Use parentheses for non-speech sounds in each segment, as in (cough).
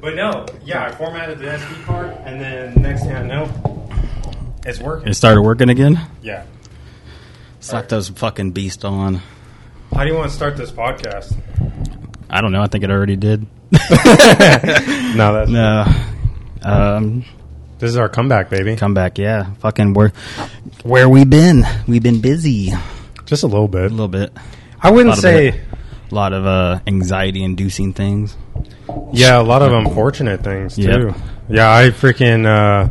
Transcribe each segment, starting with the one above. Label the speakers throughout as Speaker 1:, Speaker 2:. Speaker 1: But no, yeah, I formatted the SD card, and then next thing I know, it's working.
Speaker 2: It started working again.
Speaker 1: Yeah.
Speaker 2: Slap those fucking beast on.
Speaker 1: How do you want to start this podcast?
Speaker 2: I don't know. I think it already did.
Speaker 1: No, that's
Speaker 2: No. Um,
Speaker 1: this is our comeback, baby.
Speaker 2: come back, yeah. Fucking where where we been? We've been busy a
Speaker 1: Just a little bit.
Speaker 2: little bit.
Speaker 1: I
Speaker 2: A
Speaker 1: wouldn't
Speaker 2: lot of
Speaker 1: say,
Speaker 2: it. A lot of uh, anxiety inducing things.
Speaker 1: yeah, a lot of unfortunate things
Speaker 2: Yep.
Speaker 1: too. Yeah, I freaking, uh,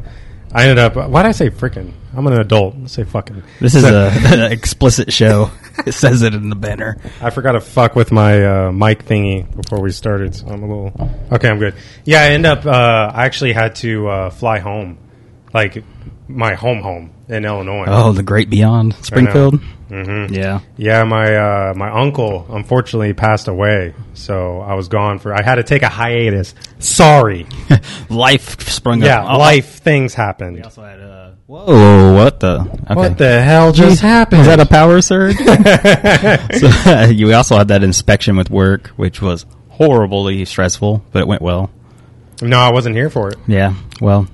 Speaker 1: I ended up. Why did I say freaking? I'm an adult. Let's say fucking.
Speaker 2: This is a (laughs) an explicit show. It says it in the banner.
Speaker 1: I forgot to fuck with my uh, mic thingy before we started, so I'm a little okay. I'm good. Yeah, I end up. Uh, I actually had to uh, fly home, like my home home in Illinois.
Speaker 2: Oh, the great beyond Springfield.
Speaker 1: Mm-hmm.
Speaker 2: Yeah.
Speaker 1: Yeah, my uh, my uncle unfortunately passed away, so I was gone for. I had to take a hiatus. Sorry.
Speaker 2: (laughs) Life sprung
Speaker 1: Yeah,
Speaker 2: up. Oh,
Speaker 1: life things happened.
Speaker 2: we also had, uh, whoa, what the? Okay.
Speaker 1: What the hell just happened?
Speaker 2: Is that a power (laughs) surge? so, (laughs) you- we also had that inspection with work, which was horribly stressful, but it went well.
Speaker 1: (laughs) no, I wasn't here for it.
Speaker 2: Yeah, well,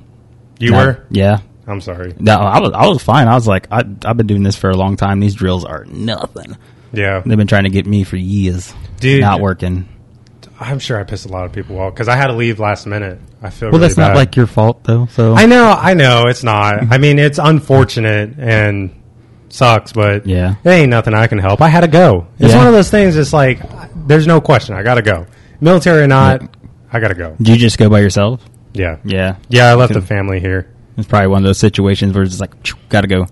Speaker 1: You
Speaker 2: not-
Speaker 1: were.
Speaker 2: Yeah,
Speaker 1: I'm sorry.
Speaker 2: no, I was. I was fine. I was like, I, I've been doing this for a long time. These drills are nothing.
Speaker 1: Yeah,
Speaker 2: They've been trying to get me for years.
Speaker 1: Dude.
Speaker 2: not working.
Speaker 1: I'm sure I pissed a lot of people off because I had to leave last minute. I feel
Speaker 2: Well,
Speaker 1: really
Speaker 2: that's not
Speaker 1: bad.
Speaker 2: like your fault though. So
Speaker 1: I know, I know, it's not. I mean, it's unfortunate and sucks, but
Speaker 2: Yeah.
Speaker 1: there ain't nothing I can help. I had to go. It's
Speaker 2: Yeah.
Speaker 1: one of those things. It's like there's no question. I gotta go, military or not. I gotta go.
Speaker 2: did you just go by yourself?
Speaker 1: Yeah,
Speaker 2: Yeah,
Speaker 1: yeah. I left the family here,
Speaker 2: it's probably one of those situations where it's just like, "Phew, gotta go.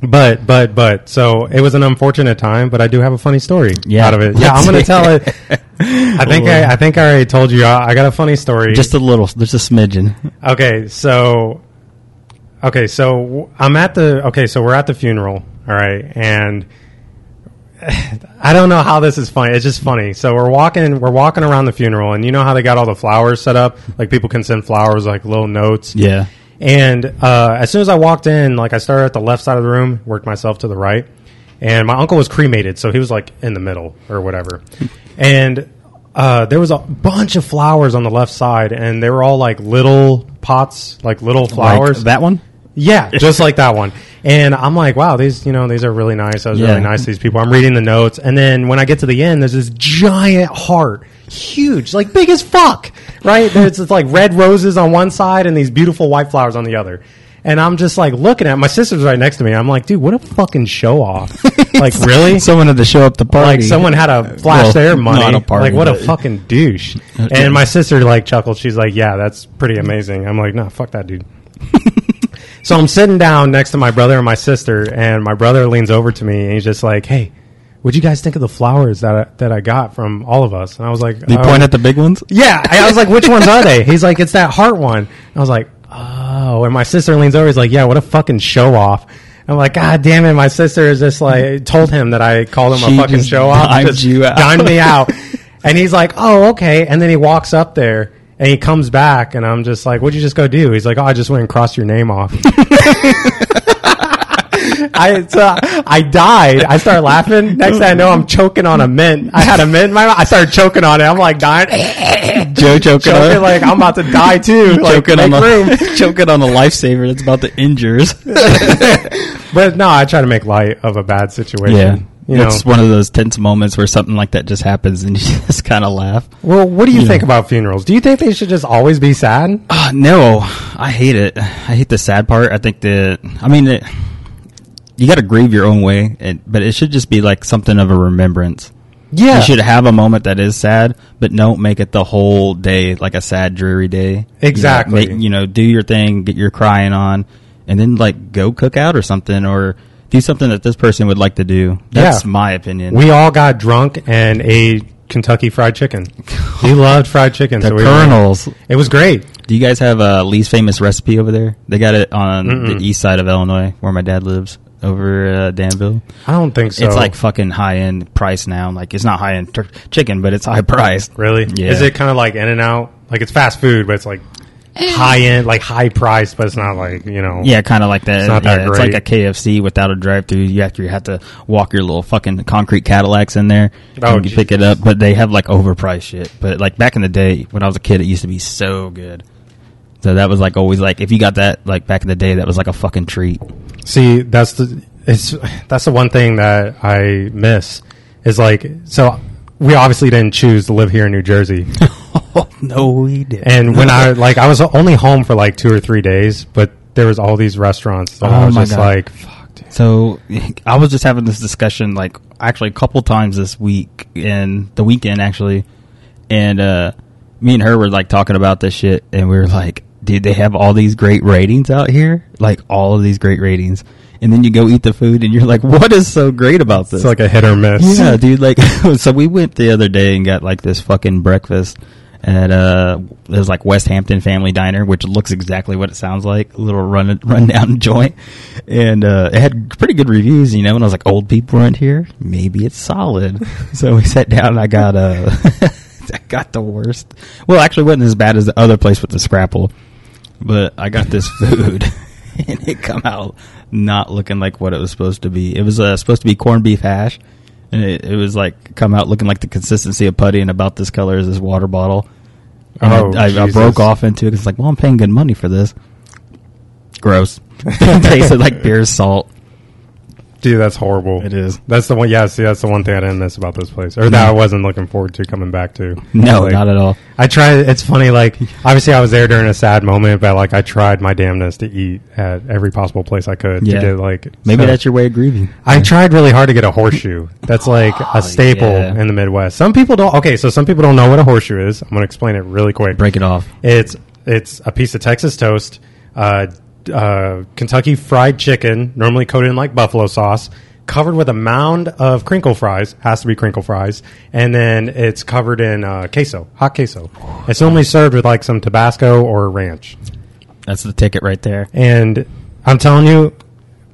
Speaker 1: but but but. So it was an unfortunate time, but I do have a funny story
Speaker 2: Yeah.
Speaker 1: out of it. Yeah, I'm gonna tell it. I think I, I think I already told you. I, I got a funny story.
Speaker 2: Just a little, just a smidgen.
Speaker 1: Okay, so okay, so w- I'm at the okay, so we're at the funeral, all right, and (sighs) I don't know how this is funny. It's just funny. So we're walking, we're walking around the funeral, and you know how they got all the flowers set up, like people can send flowers, like little notes.
Speaker 2: Yeah,
Speaker 1: And uh, as soon as I walked in, like I started at the left side of the room, worked myself to the right, and my uncle was cremated, so he was like in the middle or whatever. and uh, there was a bunch of flowers on the left side, and they were all like little pots, like little flowers.
Speaker 2: Like that one.
Speaker 1: Yeah, just like that one. And I'm like, wow, these you know these are really nice. I was
Speaker 2: Yeah.
Speaker 1: really nice to these people. I'm reading the notes, and then when I get to the end, there's this giant heart, huge, like big as fuck, right? There's it's like red roses on one side and these beautiful white flowers on the other. And I'm just like looking at it. my sister's right next to me. I'm like, dude, what a fucking show off! like really,
Speaker 2: (laughs) Someone had to show up the party.
Speaker 1: like someone had a flash
Speaker 2: Well,
Speaker 1: their money.
Speaker 2: not a party,
Speaker 1: like what a
Speaker 2: but-
Speaker 1: fucking douche. And my sister like chuckled. She's like, "Yeah, that's pretty amazing." I'm like, "No, fuck that
Speaker 2: (laughs)
Speaker 1: dude." so I'm sitting down next to my brother and my sister, and my brother leans over to me and he's just like, "Hey, what'd you guys think of the flowers that I, that I got from all of us?" And I was like,
Speaker 2: They
Speaker 1: "Oh."
Speaker 2: point at the big (laughs) ones.
Speaker 1: Yeah, I I was like, "Which ones are they?" He's like, "It's that heart one." I was like, "Oh." And my sister leans over. He's like, "Yeah, what a fucking show off." I'm like, God damn it! My sister is just like told him that I called him
Speaker 2: She
Speaker 1: a fucking
Speaker 2: just
Speaker 1: show off.
Speaker 2: dimed
Speaker 1: just
Speaker 2: you out.
Speaker 1: dimed me out, and he's like, "Oh, okay." And then he walks up there and he comes back, and I'm just like, "What'd you just go do?" He's like, "Oh, I just went and crossed your name off." (laughs) I so I died. I started laughing. Next thing I know, I'm choking on a mint. I had a mint in my mouth. I started choking on it. I'm like dying.
Speaker 2: Joe choking,
Speaker 1: choking
Speaker 2: on, (laughs)
Speaker 1: like I'm about to die too. Like
Speaker 2: choking, on
Speaker 1: make room.
Speaker 2: (laughs) the, choking on the lifesaver that's about to injure (laughs) us.
Speaker 1: (laughs) But no, I try to make light of a bad situation. You know,
Speaker 2: (laughs) it's one of those tense moments where something like that just happens and (laughs) you just kind of laugh.
Speaker 1: well, what do you,
Speaker 2: you
Speaker 1: think
Speaker 2: know.
Speaker 1: about funerals? Do you think they should just always be sad?
Speaker 2: Uh, no, I hate it. I hate the sad part. I think that I mean, it, you got to grieve your own way, and, but it should just be like something of a remembrance.
Speaker 1: Yeah,
Speaker 2: You should have a moment that is sad, but don't make it the whole day like a sad, dreary day. You know,
Speaker 1: Exactly.
Speaker 2: ma- You know, do your thing, get your crying on, and then like go cook out or something, or do something that this person would like to do. That's
Speaker 1: Yeah.
Speaker 2: my opinion.
Speaker 1: We all got drunk and ate Kentucky Fried Chicken. he loved fried chicken.
Speaker 2: (laughs) the
Speaker 1: so we
Speaker 2: Colonels.
Speaker 1: It was great.
Speaker 2: Do you guys have a least famous recipe over there? They got it on the east side of Illinois, where my dad lives, over uh, Danville.
Speaker 1: I don't think so.
Speaker 2: It's like fucking high end price now. Like it's not high end tur chicken, but it's high priced.
Speaker 1: Really?
Speaker 2: Yeah.
Speaker 1: Is it kind of like In and Out? Like it's fast food, but it's like high end, like high priced, but it's not like you know.
Speaker 2: Yeah, kind of like that.
Speaker 1: It's not
Speaker 2: yeah,
Speaker 1: that
Speaker 2: it's
Speaker 1: great.
Speaker 2: like a KFC without a drive-through. You have to you have to walk your little fucking concrete Cadillacs in there.
Speaker 1: Oh,
Speaker 2: and you pick it up, but they have like overpriced shit. But like back in the day when I was a kid, it used to be so good. So that was like always like if you got that like back in the day, that was like a fucking treat.
Speaker 1: See, that's the it's that's the one thing that I miss is like so we obviously didn't choose to live here in New
Speaker 2: (laughs)
Speaker 1: Jersey.
Speaker 2: (laughs) no, we did.
Speaker 1: And when I like I was only home for like 2 or 3 days, but there was all these restaurants. So I
Speaker 2: Oh
Speaker 1: was
Speaker 2: my
Speaker 1: just
Speaker 2: God.
Speaker 1: like fuck. Dude.
Speaker 2: So (laughs) I was just having this discussion like actually a couple times this week and the weekend actually and uh me and her were like talking about this shit and we were like dude they have all these great ratings out here like all of these great ratings and then you go eat the food and you're like what is so great about this
Speaker 1: It's like a hit or miss.
Speaker 2: yeah, dude. Like, (laughs) so we went the other day and got like this fucking breakfast at uh, it was like West Hampton Family Diner, which looks exactly what it sounds like, a little run (laughs) rundown joint, and uh, it had pretty good reviews, you know. And I was like, old people aren't here, maybe it's solid. so we sat down. and I got uh, (laughs) I got the worst. Well, actually, it wasn't as bad as the other place with the scrapple, but I
Speaker 1: (laughs)
Speaker 2: got this food. (laughs) And it come out not looking like what it was supposed to be. It was uh, supposed to be corned beef hash, and it, it was like come out looking like the consistency of putty and about this color as this water bottle. And
Speaker 1: Oh,
Speaker 2: I, I, I
Speaker 1: Jesus.
Speaker 2: broke off into it. 'cause It's like, well, I'm paying good money for this.
Speaker 1: (laughs)
Speaker 2: Gross. Tasted like beer salt.
Speaker 1: Dude, that's horrible.
Speaker 2: It is.
Speaker 1: That's the one. Yeah, see, that's the one thing I didn't miss about this place, or that I wasn't looking forward to coming back to.
Speaker 2: No,
Speaker 1: Like,
Speaker 2: not at all.
Speaker 1: I tried. It's funny.
Speaker 2: (laughs)
Speaker 1: Like, obviously, I was there during a sad moment, but like, I tried my damnedest to eat at every possible place I could
Speaker 2: Yeah.
Speaker 1: to get like.
Speaker 2: Maybe
Speaker 1: so-
Speaker 2: that's your way of grieving.
Speaker 1: I tried really hard to get a horseshoe. That's like
Speaker 2: (laughs) Oh,
Speaker 1: a staple
Speaker 2: yeah.
Speaker 1: in the Midwest. Some people don't. Okay, so some people don't know what a horseshoe is. I'm going to explain it really quick.
Speaker 2: Break it off.
Speaker 1: It's it's a piece of Texas toast, uh, uh, Kentucky fried chicken, normally coated in like buffalo sauce, covered with a mound of crinkle fries. Has to be crinkle fries, and then it's covered in uh, queso, hot queso. It's normally served with like some Tabasco or ranch.
Speaker 2: That's the ticket right there.
Speaker 1: And I'm telling you,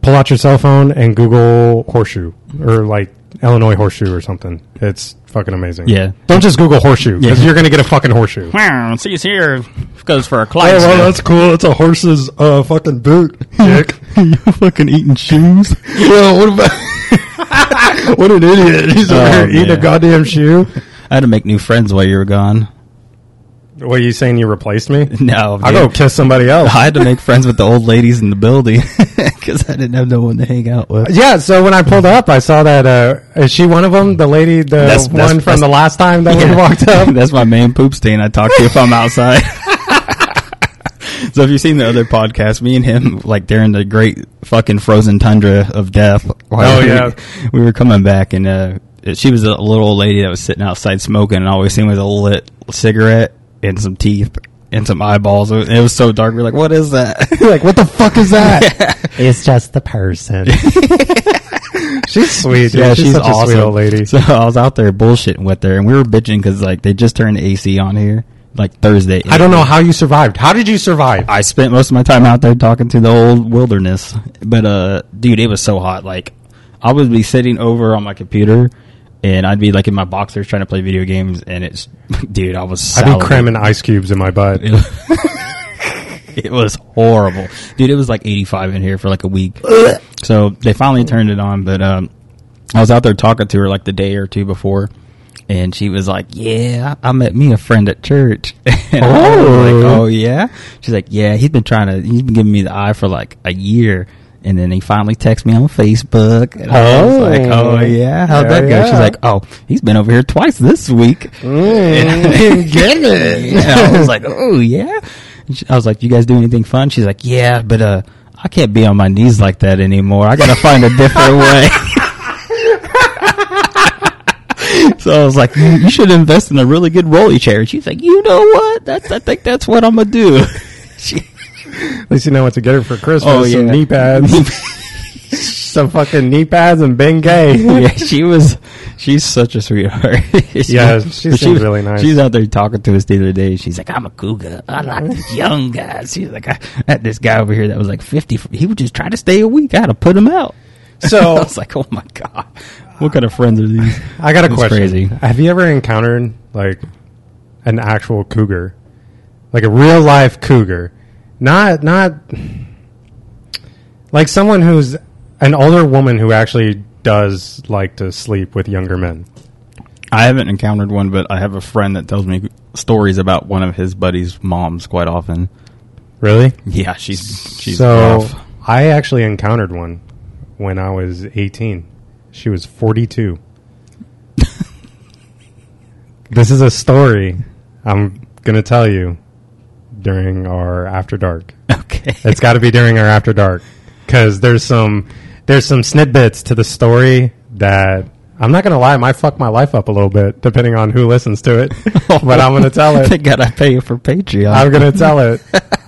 Speaker 1: pull out your cell phone and Google horseshoe or like Illinois horseshoe or something. It's fucking amazing.
Speaker 2: Yeah.
Speaker 1: Don't just Google horseshoe because
Speaker 2: Yeah.
Speaker 1: you're going to get a fucking horseshoe.
Speaker 2: Wow, see, it's here. Goes for a
Speaker 1: Oh,
Speaker 2: client.
Speaker 1: well, that's cool. It's a horse's uh, fucking (laughs) boot, dick.
Speaker 2: (laughs) you fucking eating shoes?
Speaker 1: (laughs) well, what
Speaker 2: (laughs)
Speaker 1: about... what an idiot. He's
Speaker 2: Oh,
Speaker 1: over here eating a
Speaker 2: man.
Speaker 1: goddamn shoe.
Speaker 2: I had to make new friends while you were gone.
Speaker 1: What, you saying you replaced (laughs) me?
Speaker 2: No,
Speaker 1: I'll
Speaker 2: dude.
Speaker 1: go kiss somebody else.
Speaker 2: I had to make friends with the old ladies in the building (laughs) because I didn't have no one to hang out with.
Speaker 1: Yeah, so when I pulled up, I saw that, uh, is she one of them? The lady, the
Speaker 2: That's-
Speaker 1: one
Speaker 2: that's-
Speaker 1: from
Speaker 2: that's-
Speaker 1: the last time (laughs) that
Speaker 2: Yeah.
Speaker 1: we walked up?
Speaker 2: (laughs) That's my main poop stain I talk to if I'm outside. (laughs) so if you've seen the other podcast, me and him, like during the great fucking frozen tundra of death. (laughs) while
Speaker 1: Oh,
Speaker 2: we-
Speaker 1: yeah.
Speaker 2: We were coming back and, uh, she was a little old lady that was sitting outside smoking and all we seen was a lit cigarette and some teeth and some eyeballs. It was- it was so dark. We were like, what is that? (laughs)
Speaker 1: like, what the fuck is (laughs) that? it's just the person. she's sweet. dude.
Speaker 2: yeah,
Speaker 1: she's,
Speaker 2: she's,
Speaker 1: such
Speaker 2: awesome.
Speaker 1: a sweet old lady.
Speaker 2: So I was out there bullshitting with her, and we were bitching because like they just turned the AC on here like Thursday.
Speaker 1: I don't know how you survived. How did you survive?
Speaker 2: I spent most of my time out there talking to the old wilderness, but uh, dude, it was so hot. Like I would be sitting over on my computer. And I'd be like in my boxers trying to play video games, and it's, (laughs) dude, I was.
Speaker 1: I'd
Speaker 2: salivating.
Speaker 1: be cramming ice cubes in my butt.
Speaker 2: It was (laughs) horrible, dude. It was like 85 in here for like a week. so they finally turned it on, but um, I was out there talking to her like the day or two before, and she was like, "Yeah, I met me a friend at church." (laughs) and I was like,
Speaker 1: Oh.
Speaker 2: "Oh yeah." She's like, "Yeah, he's been trying to. He's been giving me the eye for like a year." And then he finally texted me on Facebook. And I was
Speaker 1: Oh.
Speaker 2: like, oh, yeah, how'd
Speaker 1: Hell
Speaker 2: that go? She's
Speaker 1: yeah.
Speaker 2: like, oh, he's been over here twice this week. (laughs)
Speaker 1: Mm, (laughs) get it.
Speaker 2: Yeah, I was like, oh yeah. And she- I was like, you guys do anything fun? She's like, yeah, but uh, I can't be on my knees like that anymore. I gotta find a different way. (laughs) so I was like, you, you should invest in a really good rolly chair. And she's like, you know what? That's I think that's what I'm gonna do. (laughs) she,
Speaker 1: At least you know what to get her for Christmas.
Speaker 2: Oh,
Speaker 1: Some
Speaker 2: yeah.
Speaker 1: knee (laughs) pads. Some fucking knee pads and Bengay. (laughs)
Speaker 2: (laughs) yeah, she was. She's such a sweetheart. (laughs) She-
Speaker 1: Yeah, she
Speaker 2: but
Speaker 1: seems
Speaker 2: was-
Speaker 1: really nice.
Speaker 2: She's out there talking to us the other day. She's like, "I'm a cougar. I like
Speaker 1: (laughs)
Speaker 2: the young guys." She's like, "I had this guy over here that was like 50. He would just try to stay a week. I had to put him out." (laughs) I
Speaker 1: So
Speaker 2: was like, "Oh my god, what kind of friends are these?"
Speaker 1: I got a
Speaker 2: That's
Speaker 1: question.
Speaker 2: crazy.
Speaker 1: Have you ever encountered like an actual cougar? like a real life cougar, not not like someone who's an older woman who actually does like to sleep with younger men.
Speaker 2: I haven't encountered one, but I have a friend that tells me stories about one of his buddy's moms quite often.
Speaker 1: Really?
Speaker 2: Yeah, she's she's
Speaker 1: so
Speaker 2: rough. (laughs)
Speaker 1: I actually encountered one when I was 18. She was 42. this is a story I'm going to tell you during our after dark.
Speaker 2: Okay.
Speaker 1: It's got to be during our after dark cuz there's some there's some snippets to the story that I'm not going to lie, might fuck my life up a little bit depending on who listens to it. but I'm going to
Speaker 2: (laughs)
Speaker 1: tell it.
Speaker 2: they gotta pay you for Patreon.
Speaker 1: I'm gonna tell
Speaker 2: (laughs)
Speaker 1: it.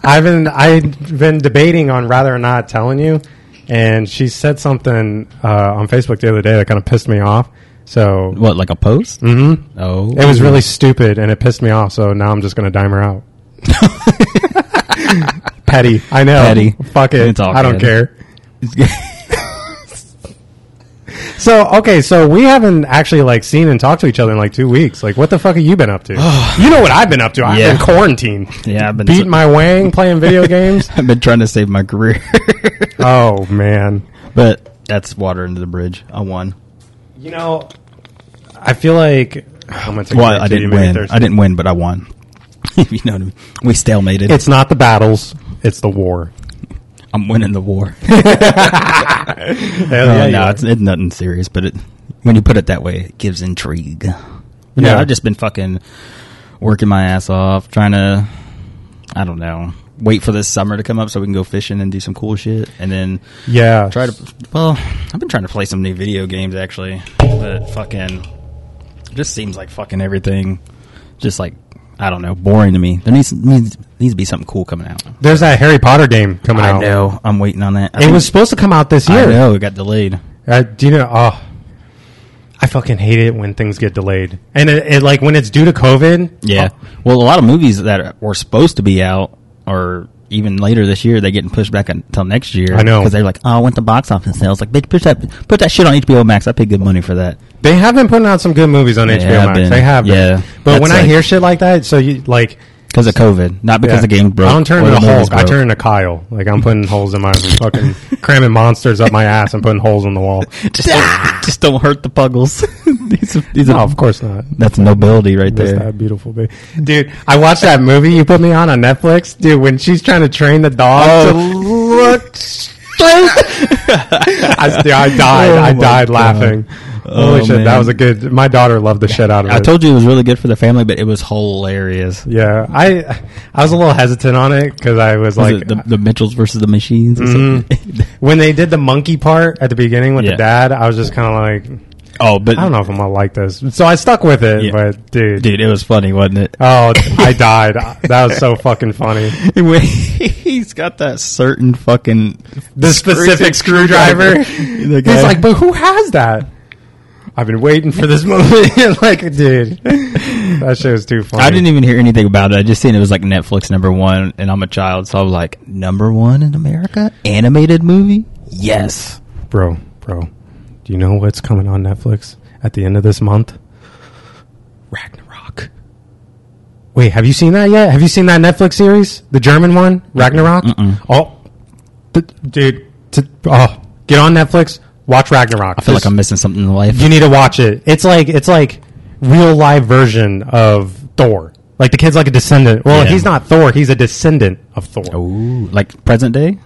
Speaker 1: I've been I've been debating on rather or not telling you, and she said something uh, on Facebook the other day that kind of pissed me off. So
Speaker 2: what, like a post?
Speaker 1: hmm
Speaker 2: Oh,
Speaker 1: it was
Speaker 2: (laughs)
Speaker 1: really stupid, and it pissed me off. So now I'm just gonna dime her out. Petty, I know.
Speaker 2: Petty.
Speaker 1: fuck it.
Speaker 2: It's all
Speaker 1: I don't
Speaker 2: good.
Speaker 1: care. So okay, so we haven't actually like seen and talked to each other in like two weeks. Like, what the fuck have you been up
Speaker 2: (sighs)
Speaker 1: to? you know what I've been up to? I've
Speaker 2: Yeah.
Speaker 1: been
Speaker 2: (laughs)
Speaker 1: quarantined.
Speaker 2: yeah. I've been
Speaker 1: Beat my wang, playing video
Speaker 2: (laughs)
Speaker 1: games.
Speaker 2: I've been trying to save my career, (laughs)
Speaker 1: Oh man.
Speaker 2: but that's water under the bridge. I won.
Speaker 1: You know, I feel like (sighs) I'm gonna take a
Speaker 2: Well,
Speaker 1: break
Speaker 2: I
Speaker 1: too,
Speaker 2: didn't
Speaker 1: you made me
Speaker 2: win.
Speaker 1: thirsty.
Speaker 2: I didn't win, but I won. (laughs) you know what I mean? We stalemated.
Speaker 1: It's not the battles; it's the war.
Speaker 2: I'm winning the war. (laughs)
Speaker 1: Hell
Speaker 2: Uh,
Speaker 1: you
Speaker 2: no,
Speaker 1: are.
Speaker 2: it's, it's nothing serious, but it, when you put it that way, it gives intrigue. Yeah,
Speaker 1: Yeah.
Speaker 2: I've just been fucking working my ass off, trying to, I don't know, wait for this summer to come up so we can go fishing and do some cool shit, and then
Speaker 1: yeah.
Speaker 2: try to. Well, I've been trying to play some new video games actually, but fucking, it just seems like fucking everything, just like I don't know, boring to me. There needs needs needs to be something cool coming out.
Speaker 1: There's that Harry Potter game coming
Speaker 2: I
Speaker 1: out.
Speaker 2: know, I'm waiting on that.
Speaker 1: It
Speaker 2: I think-
Speaker 1: was supposed to come out this
Speaker 2: I
Speaker 1: year.
Speaker 2: know it got delayed.
Speaker 1: Uh, do you know? Oh, I fucking hate it when things get delayed, and it, it like when it's due to COVID. uh,
Speaker 2: Yeah. Well, a lot of movies that were supposed to be out or even later this year, they're getting pushed back until next year.
Speaker 1: I know.
Speaker 2: Because they're like, oh, I went to box office sales. Like, bitch, push that, put that shit on HBO Max. I paid good money for that.
Speaker 1: They have been putting out some good movies on
Speaker 2: They
Speaker 1: HBO
Speaker 2: have
Speaker 1: Max.
Speaker 2: been.
Speaker 1: They have, been.
Speaker 2: Yeah.
Speaker 1: But
Speaker 2: That's
Speaker 1: when I
Speaker 2: like-
Speaker 1: hear shit like that, so you like
Speaker 2: Because of COVID. Not because
Speaker 1: Yeah.
Speaker 2: the game broke.
Speaker 1: I don't turn
Speaker 2: or
Speaker 1: into
Speaker 2: the movies
Speaker 1: Hulk. I
Speaker 2: broke.
Speaker 1: turn into Kyle. Like I'm putting holes in my fucking
Speaker 2: (laughs)
Speaker 1: cramming monsters up my ass and putting holes in the wall.
Speaker 2: Just, (laughs) don't, just don't hurt the puggles. (laughs) these are, these
Speaker 1: No,
Speaker 2: are,
Speaker 1: of course not.
Speaker 2: That's nobility right
Speaker 1: That's
Speaker 2: there.
Speaker 1: that beautiful baby. Dude, I watched that movie you put me on on Netflix. Dude, when she's trying to train the dog
Speaker 2: Oh.
Speaker 1: to look straight.
Speaker 2: (laughs)
Speaker 1: I, dude, I died.
Speaker 2: Oh
Speaker 1: I
Speaker 2: my
Speaker 1: died
Speaker 2: God.
Speaker 1: laughing. Holy
Speaker 2: Oh,
Speaker 1: shit, that
Speaker 2: man.
Speaker 1: was a good. My daughter loved the shit out of
Speaker 2: I
Speaker 1: it.
Speaker 2: told you it was really good for the family, but it was hilarious.
Speaker 1: yeah, I I was a little hesitant on it because I was,
Speaker 2: Was
Speaker 1: like,
Speaker 2: it the, the Mitchells versus the Machines? Or something? (laughs)
Speaker 1: when they did the monkey part at the beginning with the
Speaker 2: Yeah.
Speaker 1: dad, I was just kind of like,
Speaker 2: oh, but
Speaker 1: I don't know if I'm gonna like this. So I stuck with it,
Speaker 2: Yeah.
Speaker 1: but dude,
Speaker 2: dude, it was funny, wasn't it? (laughs)
Speaker 1: oh, I died. (laughs) That was so fucking funny.
Speaker 2: When he's got that certain (laughs) fucking
Speaker 1: The
Speaker 2: (laughs)
Speaker 1: specific screwdriver.
Speaker 2: The
Speaker 1: He's
Speaker 2: guy-
Speaker 1: like, but who has that? I've been waiting for this (laughs) movie. like, dude, that shit was too funny.
Speaker 2: I didn't even hear anything about it. I just seen it was like Netflix number one, and I'm a child, so I was like, number one in America, animated movie. Yes,
Speaker 1: bro, bro. Do you know what's coming on Netflix at the end of this month? Ragnarok. Wait, have you seen that yet? Have you seen that Netflix series, the German one, Ragnarok?
Speaker 2: Mm-mm.
Speaker 1: Oh, th- dude, t- oh, get on Netflix, watch Ragnarok.
Speaker 2: I feel like I'm missing something in life.
Speaker 1: You need to watch it. It's like it's like real live version of Thor. Like the kid's like a descendant. Well,
Speaker 2: Yeah. Oh.
Speaker 1: he's not Thor. He's a descendant of Thor.
Speaker 2: Ooh, like present day.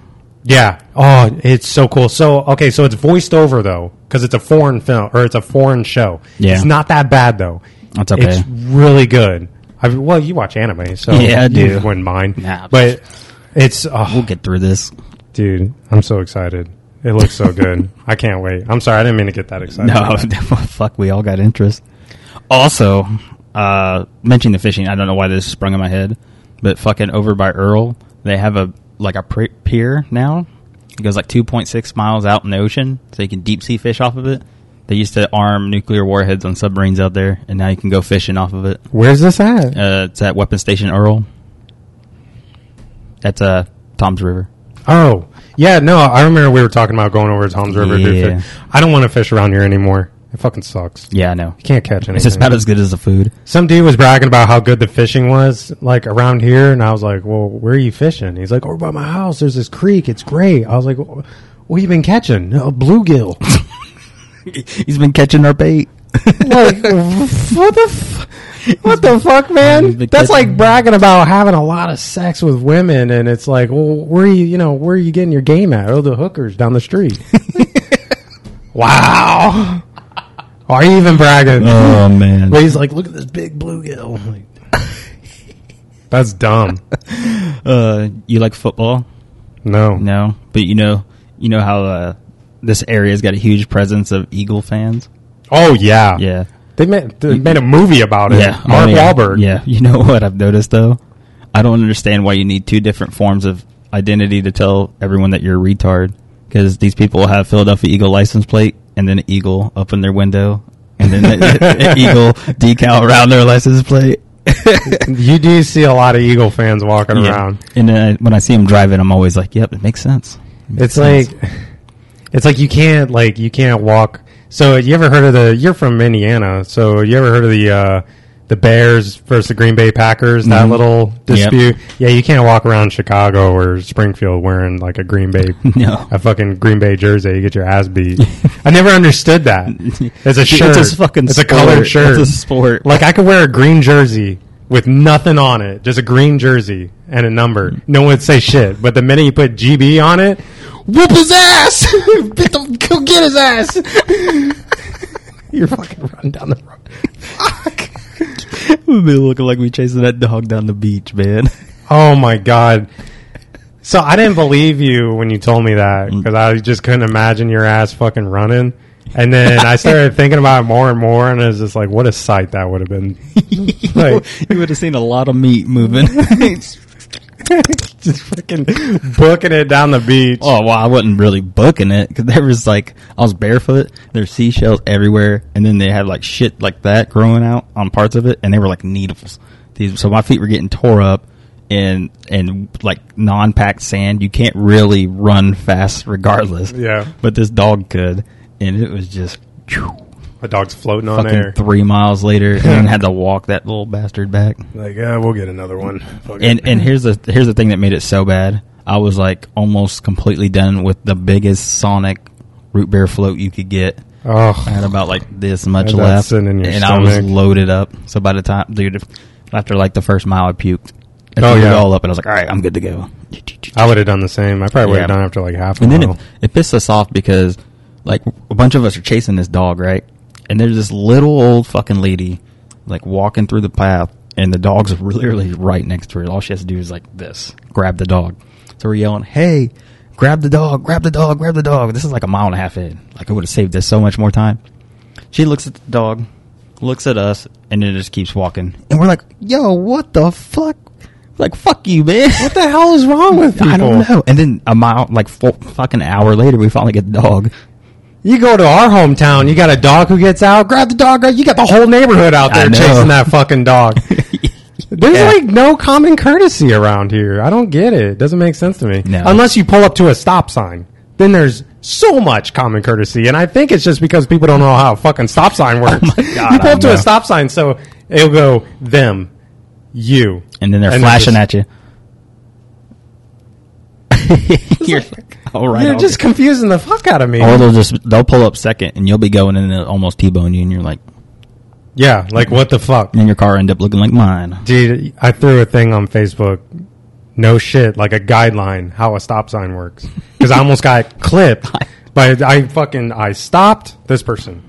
Speaker 1: Yeah. Oh, it's so cool. So okay, so it's voiced over though, because it's a foreign film or it's a foreign show.
Speaker 2: Yeah.
Speaker 1: It's not that bad though.
Speaker 2: That's okay.
Speaker 1: It's really good. I well, you watch anime, so
Speaker 2: (laughs) Yeah, I
Speaker 1: you
Speaker 2: do.
Speaker 1: wouldn't mind.
Speaker 2: Nah.
Speaker 1: but it's oh,
Speaker 2: We'll get through this.
Speaker 1: dude, I'm so excited. It looks so good. I can't wait. I'm sorry, I didn't mean to get that
Speaker 2: (laughs)
Speaker 1: excited.
Speaker 2: No, fuck, we all got interest. Also, uh, mentioning the fishing, I don't know why this sprung in my head, but fucking over by Earl, they have a like a pri- pier now. It goes like 2.6 miles out in the ocean, so you can deep sea fish off of it. They used to arm nuclear warheads on submarines out there, and now you can go fishing off of it.
Speaker 1: Where's this at?
Speaker 2: Uh, it's at Weapon Station Earl. That's uh, Tom's River.
Speaker 1: Oh, yeah, no, I remember we were talking about going over to Tom's River. to
Speaker 2: Yeah.
Speaker 1: fish. I don't want to fish around here anymore. It fucking sucks.
Speaker 2: Yeah, I know.
Speaker 1: You can't catch anything.
Speaker 2: It's just about as good as the food.
Speaker 1: Some dude was bragging about how good the fishing was, like around here, and I was like, "Well, where are you fishing?" He's like, "Over by my house. There's this creek. It's great." I was like, "Wh- "What you been catching? A bluegill?"
Speaker 2: (laughs)
Speaker 1: (laughs)
Speaker 2: He's been catching our bait. (laughs)
Speaker 1: like, what the f- what the fuck, man?
Speaker 2: He's been
Speaker 1: That's
Speaker 2: catching-
Speaker 1: like bragging about having a lot of sex with women, and it's like, well, where are you? You know, where are you getting your game at? Oh, the hookers down the street. (laughs) wow. Are you even bragging?
Speaker 2: Oh man.
Speaker 1: But he's like, look at this big bluegill. I'm like, That's
Speaker 2: (laughs)
Speaker 1: dumb.
Speaker 2: Uh, you like football?
Speaker 1: No.
Speaker 2: No, but you know, you know how uh, this area's got a huge presence of Eagle fans.
Speaker 1: Oh yeah.
Speaker 2: Yeah.
Speaker 1: They made they made a movie about it.
Speaker 2: Yeah,
Speaker 1: Mark
Speaker 2: oh, yeah.
Speaker 1: Wahlberg.
Speaker 2: Yeah, (laughs) you know what I've noticed though? I don't understand why you need two different forms of identity to tell everyone that you're a retard. Because these people have Philadelphia Eagle license plate and then an eagle up in their window, and then an
Speaker 1: (laughs)
Speaker 2: (laughs) eagle decal around their license plate. (laughs)
Speaker 1: You do see a lot of Eagle fans walking
Speaker 2: Yeah.
Speaker 1: around.
Speaker 2: And then I, when I see them driving, I'm always like, "Yep, it makes sense." It makes
Speaker 1: It's
Speaker 2: sense.
Speaker 1: like it's like you can't like you can't walk. So you ever heard of the? You're from Indiana, so you ever heard of the uh, the Bears versus the Green Bay Packers? That
Speaker 2: Mhm.
Speaker 1: little
Speaker 2: Yep.
Speaker 1: dispute. Yeah, you can't walk around Chicago or Springfield wearing like a Green Bay
Speaker 2: (laughs) no.
Speaker 1: a fucking Green Bay jersey. You get your ass beat. (laughs) I never understood that. It's a shirt.
Speaker 2: It's a fucking.
Speaker 1: It's a
Speaker 2: sport.
Speaker 1: colored shirt.
Speaker 2: It's a sport.
Speaker 1: Like I could wear a green jersey with nothing on it, just a green jersey and a number. No one would say shit. But the minute you put GB on it, whoop his ass. (laughs) Get the- Go get his ass. (laughs) You're fucking running down the road. Fuck.
Speaker 2: (laughs) We've been looking like we chasing that dog down the beach, man.
Speaker 1: Oh my god. So I didn't believe you when you told me that
Speaker 2: Mm.
Speaker 1: because I just couldn't imagine your ass fucking running. And then I started thinking about it more and more, and I was just like, "What a sight that would have been!" (laughs) Like,
Speaker 2: you would have seen a lot of meat moving.
Speaker 1: just fucking booking it down the beach.
Speaker 2: oh well, I wasn't really booking it because there was like I was barefoot. There's seashells everywhere, and then they had like shit like that growing out on parts of it, and they were like needles. These, so my feet were getting tore up, and and like non-packed sand. You can't really run fast regardless.
Speaker 1: Yeah.
Speaker 2: but this dog could, and it was just.
Speaker 1: My dog's floating on
Speaker 2: Fucking
Speaker 1: air.
Speaker 2: three miles later, and
Speaker 1: (laughs)
Speaker 2: then had to walk that little bastard back.
Speaker 1: like, uh, we'll get another one. Fuck it.
Speaker 2: And
Speaker 1: (laughs)
Speaker 2: and here's the here's the thing that made it so bad. I was like almost completely done with the biggest Sonic root beer float you could get. I
Speaker 1: oh,
Speaker 2: had about like this much
Speaker 1: And that's
Speaker 2: left,
Speaker 1: sitting in your
Speaker 2: and I was
Speaker 1: stomach.
Speaker 2: loaded up. So by the time, dude, if- after like the first mile, I puked. I
Speaker 1: Oh,
Speaker 2: threw it
Speaker 1: yeah.
Speaker 2: all up, and I was like, all right, I'm good to go.
Speaker 1: I would have done the same. I probably would
Speaker 2: Yeah.
Speaker 1: have done it after like half a
Speaker 2: And then
Speaker 1: mile.
Speaker 2: it, it pissed us off because, like, a bunch of us are chasing this dog, right? And there's this little old fucking lady, like, walking through the path, and the dog's (laughs) literally right next to her. All she has to do is, like, this grab the dog. So we're yelling, hey, grab the dog, grab the dog, grab the dog. This is like a mile and a half in. Like, it would have saved us so much more time. She looks at the dog, looks at us, and then just keeps walking. And we're like, yo, what the fuck? Like, fuck you, man.
Speaker 1: what the hell is wrong with people?
Speaker 2: I don't know. And then a mile, like four, fucking hour later, we finally get the dog.
Speaker 1: You go to our hometown, you got a dog who gets out, grab the dog, you got the whole neighborhood out there
Speaker 2: I know.
Speaker 1: chasing that fucking dog.
Speaker 2: (laughs)
Speaker 1: There's
Speaker 2: Yeah.
Speaker 1: like no common courtesy around here. I don't get it. It doesn't make sense to me.
Speaker 2: No.
Speaker 1: Unless you pull up to a stop sign. Then there's so much common courtesy. And I think it's just because people don't know how a fucking stop sign works.
Speaker 2: Oh my God,
Speaker 1: you pull
Speaker 2: I
Speaker 1: up to
Speaker 2: know.
Speaker 1: a stop sign, so it'll go them, you.
Speaker 2: And then they're
Speaker 1: And they're
Speaker 2: flashing
Speaker 1: just-
Speaker 2: at
Speaker 1: (laughs)
Speaker 2: you. you're like, all right.
Speaker 1: You're
Speaker 2: I'll
Speaker 1: just
Speaker 2: go."
Speaker 1: confusing the fuck out of me.
Speaker 2: or they'll just they'll pull up second, and you'll be going, and they'll almost t-bone you, and you're like,
Speaker 1: yeah, like what the fuck?
Speaker 2: and then your car end up looking like mine.
Speaker 1: Dude, I threw a thing on Facebook. No shit, like a guideline how a stop sign works. Because I almost
Speaker 2: (laughs)
Speaker 1: got clipped, but I fucking I stopped this person,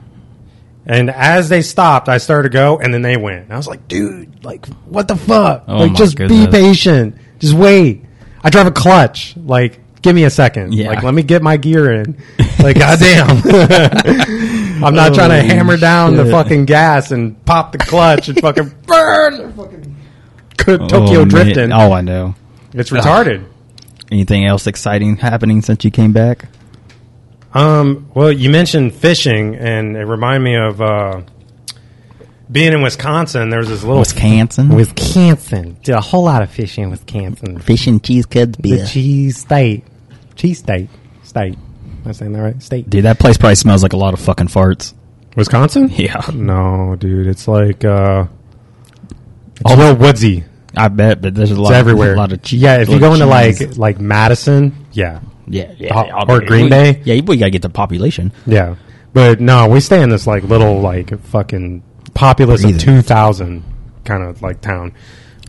Speaker 1: and as they stopped, I started to go, and then they went. And I was like, dude, like what the fuck?
Speaker 2: Oh
Speaker 1: like
Speaker 2: my
Speaker 1: just
Speaker 2: goodness.
Speaker 1: be patient, just wait. I drive a clutch, like give me a second,
Speaker 2: Yeah.
Speaker 1: like let me get my gear
Speaker 2: (laughs)
Speaker 1: in. Like goddamn, (laughs) I'm not trying to
Speaker 2: Holy
Speaker 1: hammer down the
Speaker 2: shit.
Speaker 1: fucking gas and pop the clutch and
Speaker 2: (laughs)
Speaker 1: fucking burn. Fucking Tokyo
Speaker 2: Oh, man.
Speaker 1: drifting.
Speaker 2: Oh, I know.
Speaker 1: It's retarded.
Speaker 2: Anything else exciting happening since you came back?
Speaker 1: Um, well, you mentioned fishing, and it reminded me of uh, being in Wisconsin. There was this little
Speaker 2: Wisconsin, with
Speaker 1: Wisconsin did a whole lot of fishing in Wisconsin.
Speaker 2: fish and cheese kids beer.
Speaker 1: The cheese state, cheese state, state. Am I saying that right? State.
Speaker 2: Dude, that place probably smells like a lot of fucking farts. (laughs)
Speaker 1: Wisconsin?
Speaker 2: Yeah,
Speaker 1: No, dude, it's like uh, it's real woodsy.
Speaker 2: I bet. But there's a lot.
Speaker 1: It's everywhere.
Speaker 2: A lot of cheese.
Speaker 1: yeah, if you
Speaker 2: lot
Speaker 1: go
Speaker 2: of
Speaker 1: into
Speaker 2: cheese.
Speaker 1: like like Madison, yeah,
Speaker 2: yeah, yeah,
Speaker 1: Ho-
Speaker 2: I'll
Speaker 1: or
Speaker 2: bet.
Speaker 1: Green
Speaker 2: We-
Speaker 1: Bay.
Speaker 2: Yeah, you boy got to get the population.
Speaker 1: yeah. But no, we stay in this like little like fucking populace of
Speaker 2: Breathing.
Speaker 1: two thousand kind of like town.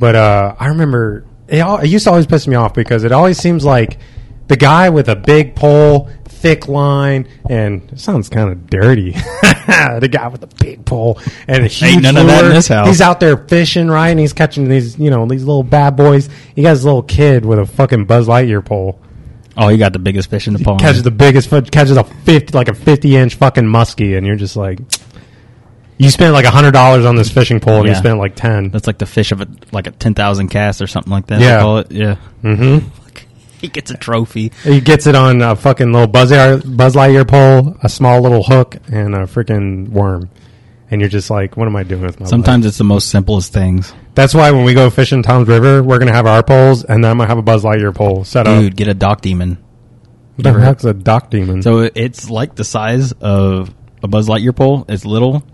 Speaker 1: But uh, I remember it, all, it used to always piss me off because it always seems like the guy with a big pole, thick line, and it sounds kind of dirty. (laughs) the guy with the big pole and a huge
Speaker 2: none of
Speaker 1: lure.
Speaker 2: that in this house.
Speaker 1: He's out there fishing, right? And he's catching these, you know, these little bad boys. He got his little kid with a fucking Buzz Lightyear pole.
Speaker 2: Oh, you got the biggest fish in the pond.
Speaker 1: catches the biggest fu- catches a 50 like a 50 inch fucking muskie and you're just like you spent like $100 on this fishing pole and you
Speaker 2: Yeah.
Speaker 1: spent like 10
Speaker 2: That's like the fish of a like a ten thousand cast or something like that.
Speaker 1: Yeah.
Speaker 2: they call it. Yeah.
Speaker 1: mm-hmm.
Speaker 2: (laughs) He gets a trophy.
Speaker 1: he gets it on a fucking little buzz, Air, buzz lightyear pole a small little hook and a freaking worm and you're just like what am i doing with my life?
Speaker 2: Sometimes it's the most simplest things.
Speaker 1: that's why when we go fishing tom's river we're gonna have our poles and then i'm gonna have a buzz lightyear pole set up
Speaker 2: Dude, get a dock demon.
Speaker 1: the heck's a dock demon
Speaker 2: So it- it's like the size of a Buzz Lightyear pole. It's little,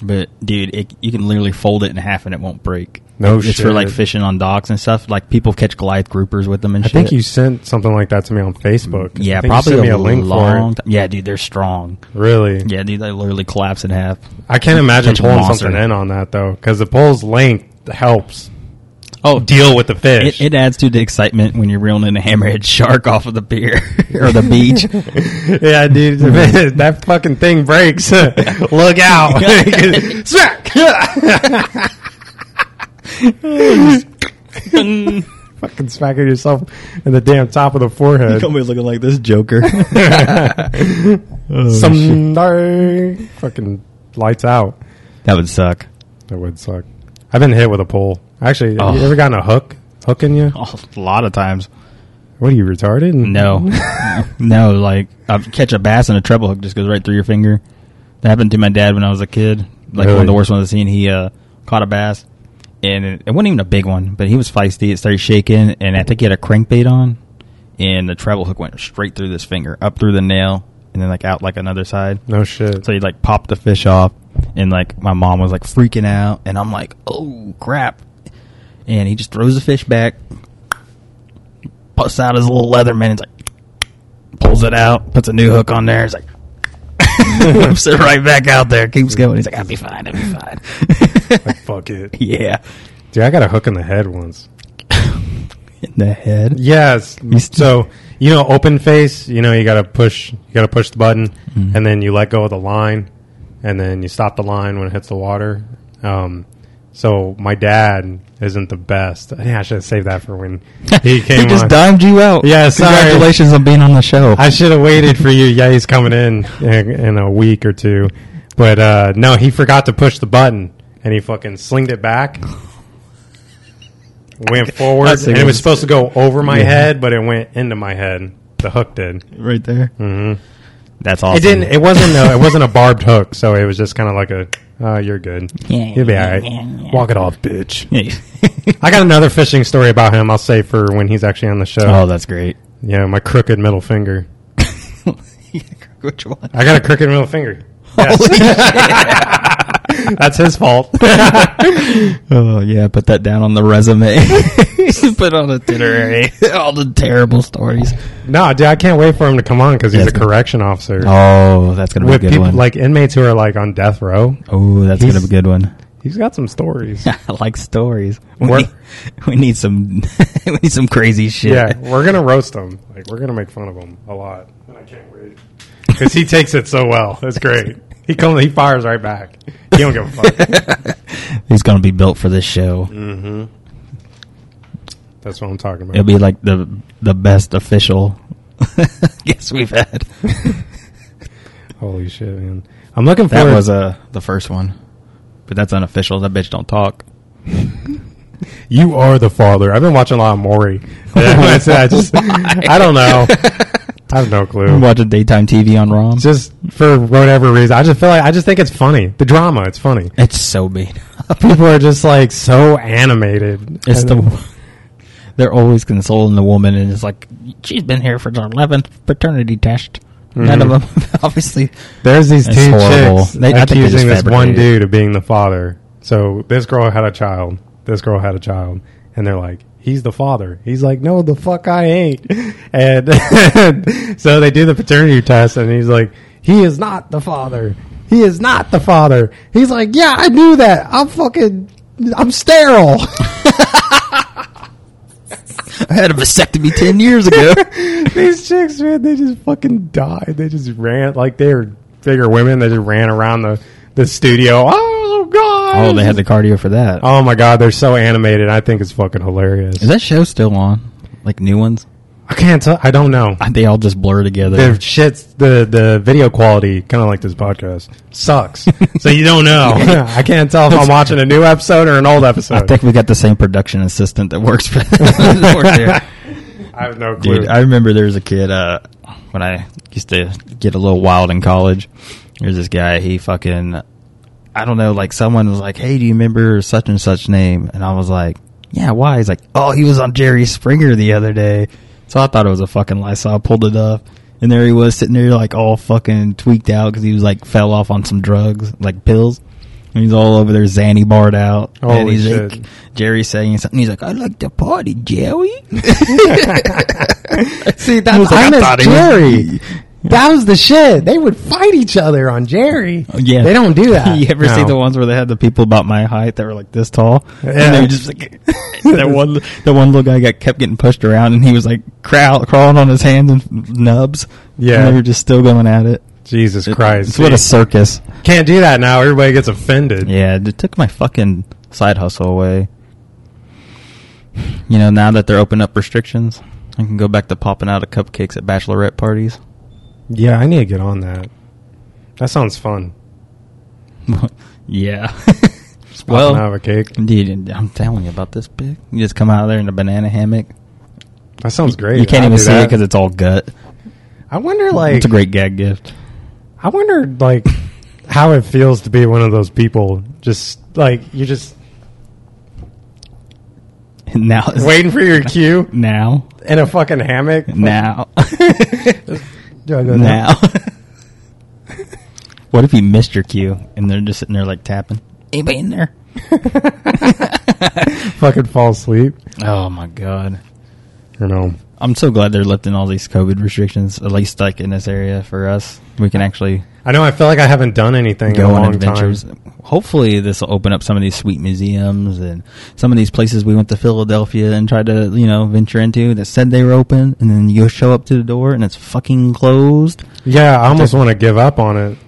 Speaker 2: but dude, it, you can literally fold it in half and it won't break.
Speaker 1: No
Speaker 2: it's for like
Speaker 1: shit.
Speaker 2: fishing on docks and stuff. Like people catch Goliath groupers with them and
Speaker 1: i
Speaker 2: shit.
Speaker 1: think you sent something like that to me on facebook
Speaker 2: yeah,
Speaker 1: I think you
Speaker 2: probably
Speaker 1: sent me
Speaker 2: a,
Speaker 1: for
Speaker 2: long.
Speaker 1: it.
Speaker 2: Time. Yeah, dude, they're strong.
Speaker 1: really
Speaker 2: Yeah, dude, they literally collapse in half.
Speaker 1: I can't imagine
Speaker 2: Such a
Speaker 1: pulling
Speaker 2: monster.
Speaker 1: something in on that though, because the pole's length helps
Speaker 2: Oh,
Speaker 1: deal with the
Speaker 2: It,
Speaker 1: fish.
Speaker 2: it adds to the excitement when you're reeling in a hammerhead (laughs) shark off of the pier (laughs) or the (laughs) beach.
Speaker 1: (laughs) yeah, dude, man, that fucking thing breaks. (laughs) Look out! (laughs) Smack! (laughs) fucking smacking yourself in the damn top of the forehead. (laughs) Oh,
Speaker 2: Somebody's looking like this Joker.
Speaker 1: Some fucking lights out.
Speaker 2: (laughs) that would suck.
Speaker 1: That would suck. I've been hit with a pole. Actually, have you
Speaker 2: Oh.
Speaker 1: ever gotten a hook? Hooking you?
Speaker 2: Oh, a lot of times.
Speaker 1: What are you retarded?
Speaker 2: (laughs) No, no. Like I catch a bass and a treble hook just goes right through your finger. That happened to my dad when I was a kid. Like one
Speaker 1: Really?
Speaker 2: of the worst ones I've seen. He uh, caught a bass, and it, it wasn't even a big one, but he was feisty. It started shaking, and I think he had a crankbait on, and the treble hook went straight through this finger, up through the nail, and then like out like another side.
Speaker 1: no shit.
Speaker 2: So he like popped the fish off, and like my mom was like freaking out, and I'm like, oh crap! And he just throws the fish back, puts out his little Leatherman, and like pulls it out, puts a new hook on there. He's like, (laughs) whips it right back out there, keeps going. He's like, I'll be fine, I'll be fine.
Speaker 1: Fuck it.
Speaker 2: (laughs) yeah,
Speaker 1: Dude, I got a hook in the head once.
Speaker 2: in the head.
Speaker 1: Yes.
Speaker 2: s-
Speaker 1: So you know, open face. You know, you gotta push. You gotta push the button,
Speaker 2: Mm-hmm.
Speaker 1: and then you let go of the line, and then you stop the line when it hits the water. Um, so my dad isn't the best. Yeah, I should have saved that for when he came.
Speaker 2: (laughs) he just
Speaker 1: on.
Speaker 2: dimed you out.
Speaker 1: Yeah, sorry.
Speaker 2: congratulations on being on the show.
Speaker 1: I should have waited for you. Yeah, he's coming in, in in a week or two, but uh, no, he forgot to push the button, and he fucking slinged it back. Went forward,
Speaker 2: That's
Speaker 1: and it was
Speaker 2: it.
Speaker 1: supposed to go over my head, but it went into my head. The hook did.
Speaker 2: right there. Mm-hmm. That's awesome.
Speaker 1: It didn't. It wasn't. A, it
Speaker 2: (laughs)
Speaker 1: wasn't a barbed hook, so it was just kind of like a. Oh, you're good.
Speaker 2: Yeah,
Speaker 1: You'll be all right.
Speaker 2: yeah, yeah.
Speaker 1: Walk it off, bitch.
Speaker 2: didn't.
Speaker 1: I got another fishing story about him. I'll save for when he's actually on the show.
Speaker 2: oh, that's great.
Speaker 1: Yeah, my crooked middle finger.
Speaker 2: (laughs) Which one?
Speaker 1: I got a crooked middle finger.
Speaker 2: Holy (laughs)
Speaker 1: That's his fault.
Speaker 2: Oh yeah, put that down on the resume. (laughs) put on a itinerary. (laughs) All the terrible stories.
Speaker 1: no, dude, I can't wait for him to come on because he's
Speaker 2: Yeah,
Speaker 1: a
Speaker 2: it's gonna-
Speaker 1: correction officer.
Speaker 2: Oh, that's gonna be a
Speaker 1: With
Speaker 2: good
Speaker 1: people
Speaker 2: one.
Speaker 1: like inmates who are like on death row,
Speaker 2: oh, that's
Speaker 1: He's-
Speaker 2: gonna be a good one.
Speaker 1: he's got some stories.
Speaker 2: (laughs) I like stories. We,
Speaker 1: We're-
Speaker 2: need, (laughs) we need some. (laughs) we need some crazy shit.
Speaker 1: yeah, we're gonna roast him. Like we're gonna make fun of him a lot. And I can't wait because he takes it so well. It's great. He comes, he fires right back. He don't give a fuck.
Speaker 2: (laughs)
Speaker 1: Mm.
Speaker 2: He's gonna be built for this show.
Speaker 1: Mm-hmm. That's what I'm talking
Speaker 2: It'll
Speaker 1: about.
Speaker 2: be like the the best (laughs) official. guess we've had. (laughs)
Speaker 1: Holy shit, man! I'm looking for
Speaker 2: That was uh the first one, but that's unofficial. That bitch don't
Speaker 1: (laughs)
Speaker 2: talk.
Speaker 1: You are the father. I've been watching a lot of Maury. (laughs) I, said, I just, I don't
Speaker 2: (laughs)
Speaker 1: know. I have no clue.
Speaker 2: Watching daytime TV on ROM.
Speaker 1: just for whatever reason. I just feel like I just think it's funny. The drama, it's funny.
Speaker 2: It's so mean.
Speaker 1: People are just like so animated.
Speaker 2: It's
Speaker 1: And
Speaker 2: the they're always consoling the woman, and it's like she's been here for the eleventh paternity test. None of them,
Speaker 1: Mm-hmm.
Speaker 2: (laughs) obviously.
Speaker 1: There's these
Speaker 2: That's
Speaker 1: two
Speaker 2: horrible.
Speaker 1: chicks
Speaker 2: They- I think they just
Speaker 1: accusing this one
Speaker 2: fabricated
Speaker 1: dude of being the father. So this girl had a child. This girl had a child, and they're like, "He's the father." He's like, "No, the fuck, I ain't." (laughs) And so they do the paternity test, and he's like, "He is not the father. He is not the father." He's like, "Yeah, I knew that. I'm fucking, I'm sterile." (laughs)
Speaker 2: I had a vasectomy ten
Speaker 1: (laughs)
Speaker 2: years ago.
Speaker 1: These chicks, man, they just fucking died. They just ran like they were bigger women. They just ran around the the studio. Oh god!
Speaker 2: oh, they had the cardio for that.
Speaker 1: Oh my god, they're so animated. I think it's fucking hilarious.
Speaker 2: Is that show still on? Like new ones?
Speaker 1: I can't. Tell, I don't know.
Speaker 2: Uh, They all just blur together.
Speaker 1: The shit's the the video quality, kind of like this podcast,
Speaker 2: (laughs)
Speaker 1: sucks. so you don't know. I can't tell if I'm watching a new episode or an old
Speaker 2: I
Speaker 1: episode. (laughs)
Speaker 2: think we got the same production assistant that works for (laughs) that works there.
Speaker 1: I have no clue.
Speaker 2: Dude, I remember there was a kid uh, when I used to get a little wild in college. There's this guy, he fucking, I don't know, like someone was like, hey, do you remember such and such name? And I was like, yeah, why? He's like, oh, he was on Jerry Springer the other day. So I thought it was a fucking lie. So I pulled it up. And there he was sitting there, like all fucking tweaked out because he was like fell off on some drugs, like pills. And he's all over there, Zanny barred out. and
Speaker 1: Holy
Speaker 2: he's
Speaker 1: shit.
Speaker 2: like, Jerry's saying something. He's like, I like to party, Jerry.
Speaker 1: (laughs)
Speaker 2: See,
Speaker 1: He was like, "I
Speaker 2: thought
Speaker 1: thought
Speaker 2: he was-
Speaker 1: That was the shit. They would fight each other on Jerry.
Speaker 2: Uh, Yeah,
Speaker 1: They don't do that.
Speaker 2: (laughs) You ever see
Speaker 1: No.
Speaker 2: the ones where they had the people about my height that were like this tall?
Speaker 1: Yeah.
Speaker 2: And they were just like (laughs) that one. The one little guy got kept getting pushed around, and he was like crow- crawling on his hands and nubs.
Speaker 1: Yeah.
Speaker 2: and they were just still going at it.
Speaker 1: Jesus Christ!
Speaker 2: it's what a circus!
Speaker 1: Can't do that now. Everybody gets offended.
Speaker 2: Yeah, it took my fucking side hustle away. You know, now that they're opening up restrictions, I can go back to popping out of cupcakes at bachelorette parties.
Speaker 1: Yeah, I need to get on that. That sounds fun.
Speaker 2: (laughs) yeah.
Speaker 1: Well,
Speaker 2: well,
Speaker 1: out of a cake.
Speaker 2: Dude, I'm telling you about this big. You just come out of there in a banana hammock.
Speaker 1: That sounds great.
Speaker 2: you can't
Speaker 1: I'll
Speaker 2: even
Speaker 1: do
Speaker 2: see it
Speaker 1: that.
Speaker 2: because it's all gut.
Speaker 1: I wonder, like,
Speaker 2: it's a great gag gift. (laughs)
Speaker 1: I wonder, like, how it feels to be one of those people. Just like you're just
Speaker 2: And now, it's-
Speaker 1: waiting for your cue
Speaker 2: now,
Speaker 1: in a fucking hammock. (laughs)
Speaker 2: now,
Speaker 1: Do I go down?
Speaker 2: now. (laughs) what if you missed your cue and they're just sitting there like tapping? Anybody
Speaker 1: (laughs)
Speaker 2: in there? (laughs)
Speaker 1: Fucking fall asleep.
Speaker 2: Oh my god!
Speaker 1: You know.
Speaker 2: I'm so glad they're lifting all these COVID restrictions. At least like in this area for us, we can actually
Speaker 1: I know. I feel like I haven't done anything in
Speaker 2: go
Speaker 1: a
Speaker 2: on
Speaker 1: long
Speaker 2: adventures.
Speaker 1: time.
Speaker 2: Hopefully, this will open up some of these sweet museums and some of these places we went to Philadelphia and tried to, you know, venture into that said they were open, and then you show up to the door and it's fucking closed.
Speaker 1: Yeah, I almost want to give up on it.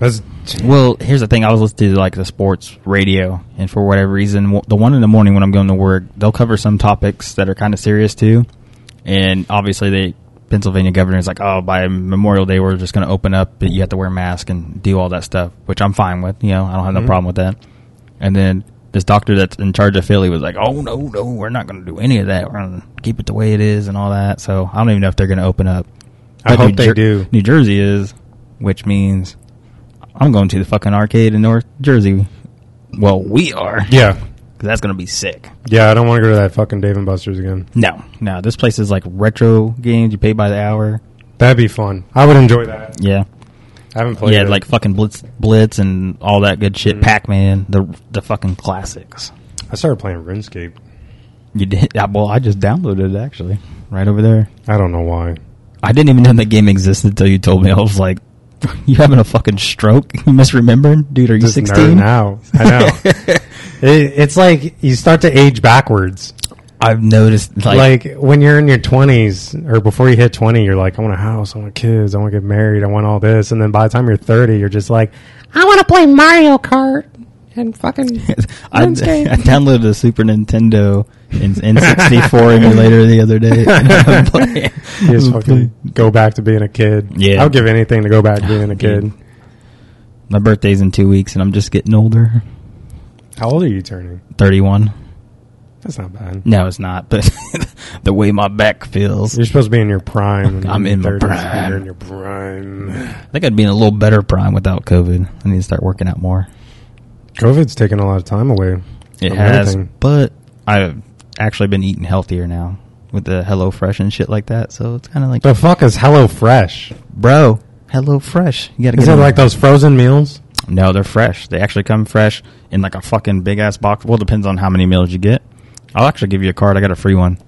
Speaker 1: That's
Speaker 2: Well, here's the thing: I was listening to like the sports radio, and for whatever reason, w- the one in the morning when I'm going to work, they'll cover some topics that are kind of serious too. And obviously, they Pennsylvania governor is like, "Oh, by Memorial Day, we're just going to open up, but you have to wear a mask and do all that stuff," which I'm fine with. You know, I don't have no
Speaker 1: Mhm.
Speaker 2: problem with that. And then this doctor that's in charge of Philly was like, "Oh no, no, we're not going to do any of that. We're going to keep it the way it is and all that." So I don't even know if they're going to open up.
Speaker 1: I
Speaker 2: But
Speaker 1: hope
Speaker 2: New
Speaker 1: they do.
Speaker 2: New Jersey is, which means I'm going to the fucking arcade in North Jersey. Well, we are.
Speaker 1: yeah,
Speaker 2: 'Cause that's going to be sick.
Speaker 1: yeah. I don't want to go to that fucking Dave and Buster's again.
Speaker 2: No, no. This place is like retro games. You pay by the hour.
Speaker 1: That'd be fun. I would enjoy that.
Speaker 2: Yeah.
Speaker 1: I haven't played. it.
Speaker 2: yeah,
Speaker 1: Mm-hmm.
Speaker 2: like fucking Blitz Blitz and all that good shit. Pac Man, the the fucking classics.
Speaker 1: I started playing RuneScape.
Speaker 2: You did? (laughs) I- Well, I just downloaded it actually. Right over there.
Speaker 1: I don't know why.
Speaker 2: I didn't even know that game existed until you told me. (laughs) I was like, you having a fucking stroke? (laughs) You misremembering? Dude, are you
Speaker 1: Just
Speaker 2: 16?
Speaker 1: nerding out. I
Speaker 2: (laughs)
Speaker 1: know. it, it's like you start to age backwards.
Speaker 2: I've noticed, like,
Speaker 1: Like, when you're in your 20s or before you hit 20, you're like, I want a house, I want kids, I want to get married, I want all this. And then by the time you're 30, you're just like, (laughs) I want to play Mario Kart and (laughs) fucking.
Speaker 2: (laughs) I, I
Speaker 1: RuneScape. (laughs)
Speaker 2: downloaded a Super Nintendo and N64 emulator the other day. (laughs)
Speaker 1: (laughs)
Speaker 2: And I'm playing.
Speaker 1: You just fucking go back to being a kid.
Speaker 2: Yeah.
Speaker 1: I'll give anything to go back to being a kid.
Speaker 2: Dude. (laughs) My birthday's in two weeks, and I'm just getting older.
Speaker 1: How old are you turning?
Speaker 2: 31.
Speaker 1: That's not bad.
Speaker 2: No, it's not, but (laughs) the way my back feels,
Speaker 1: You're supposed to be in your prime. when
Speaker 2: I'm
Speaker 1: you're
Speaker 2: in my
Speaker 1: 30s, and
Speaker 2: prime.
Speaker 1: You're in your prime.
Speaker 2: I think I'd be in a little better prime without COVID. I need to start working out more.
Speaker 1: COVID's taken a lot of time away.
Speaker 2: It
Speaker 1: from
Speaker 2: has,
Speaker 1: everything.
Speaker 2: but I've actually been eating healthier now with the Hello Fresh and shit like that. So it's kind of like,
Speaker 1: The fuck is Hello Fresh?
Speaker 2: bro, Hello Fresh. You gotta
Speaker 1: Is
Speaker 2: get
Speaker 1: it
Speaker 2: them.
Speaker 1: like those frozen meals?
Speaker 2: No, they're fresh. They actually come fresh in like a fucking big ass box. Well, depends on how many meals you get. I'll actually give you a card. I got a free one.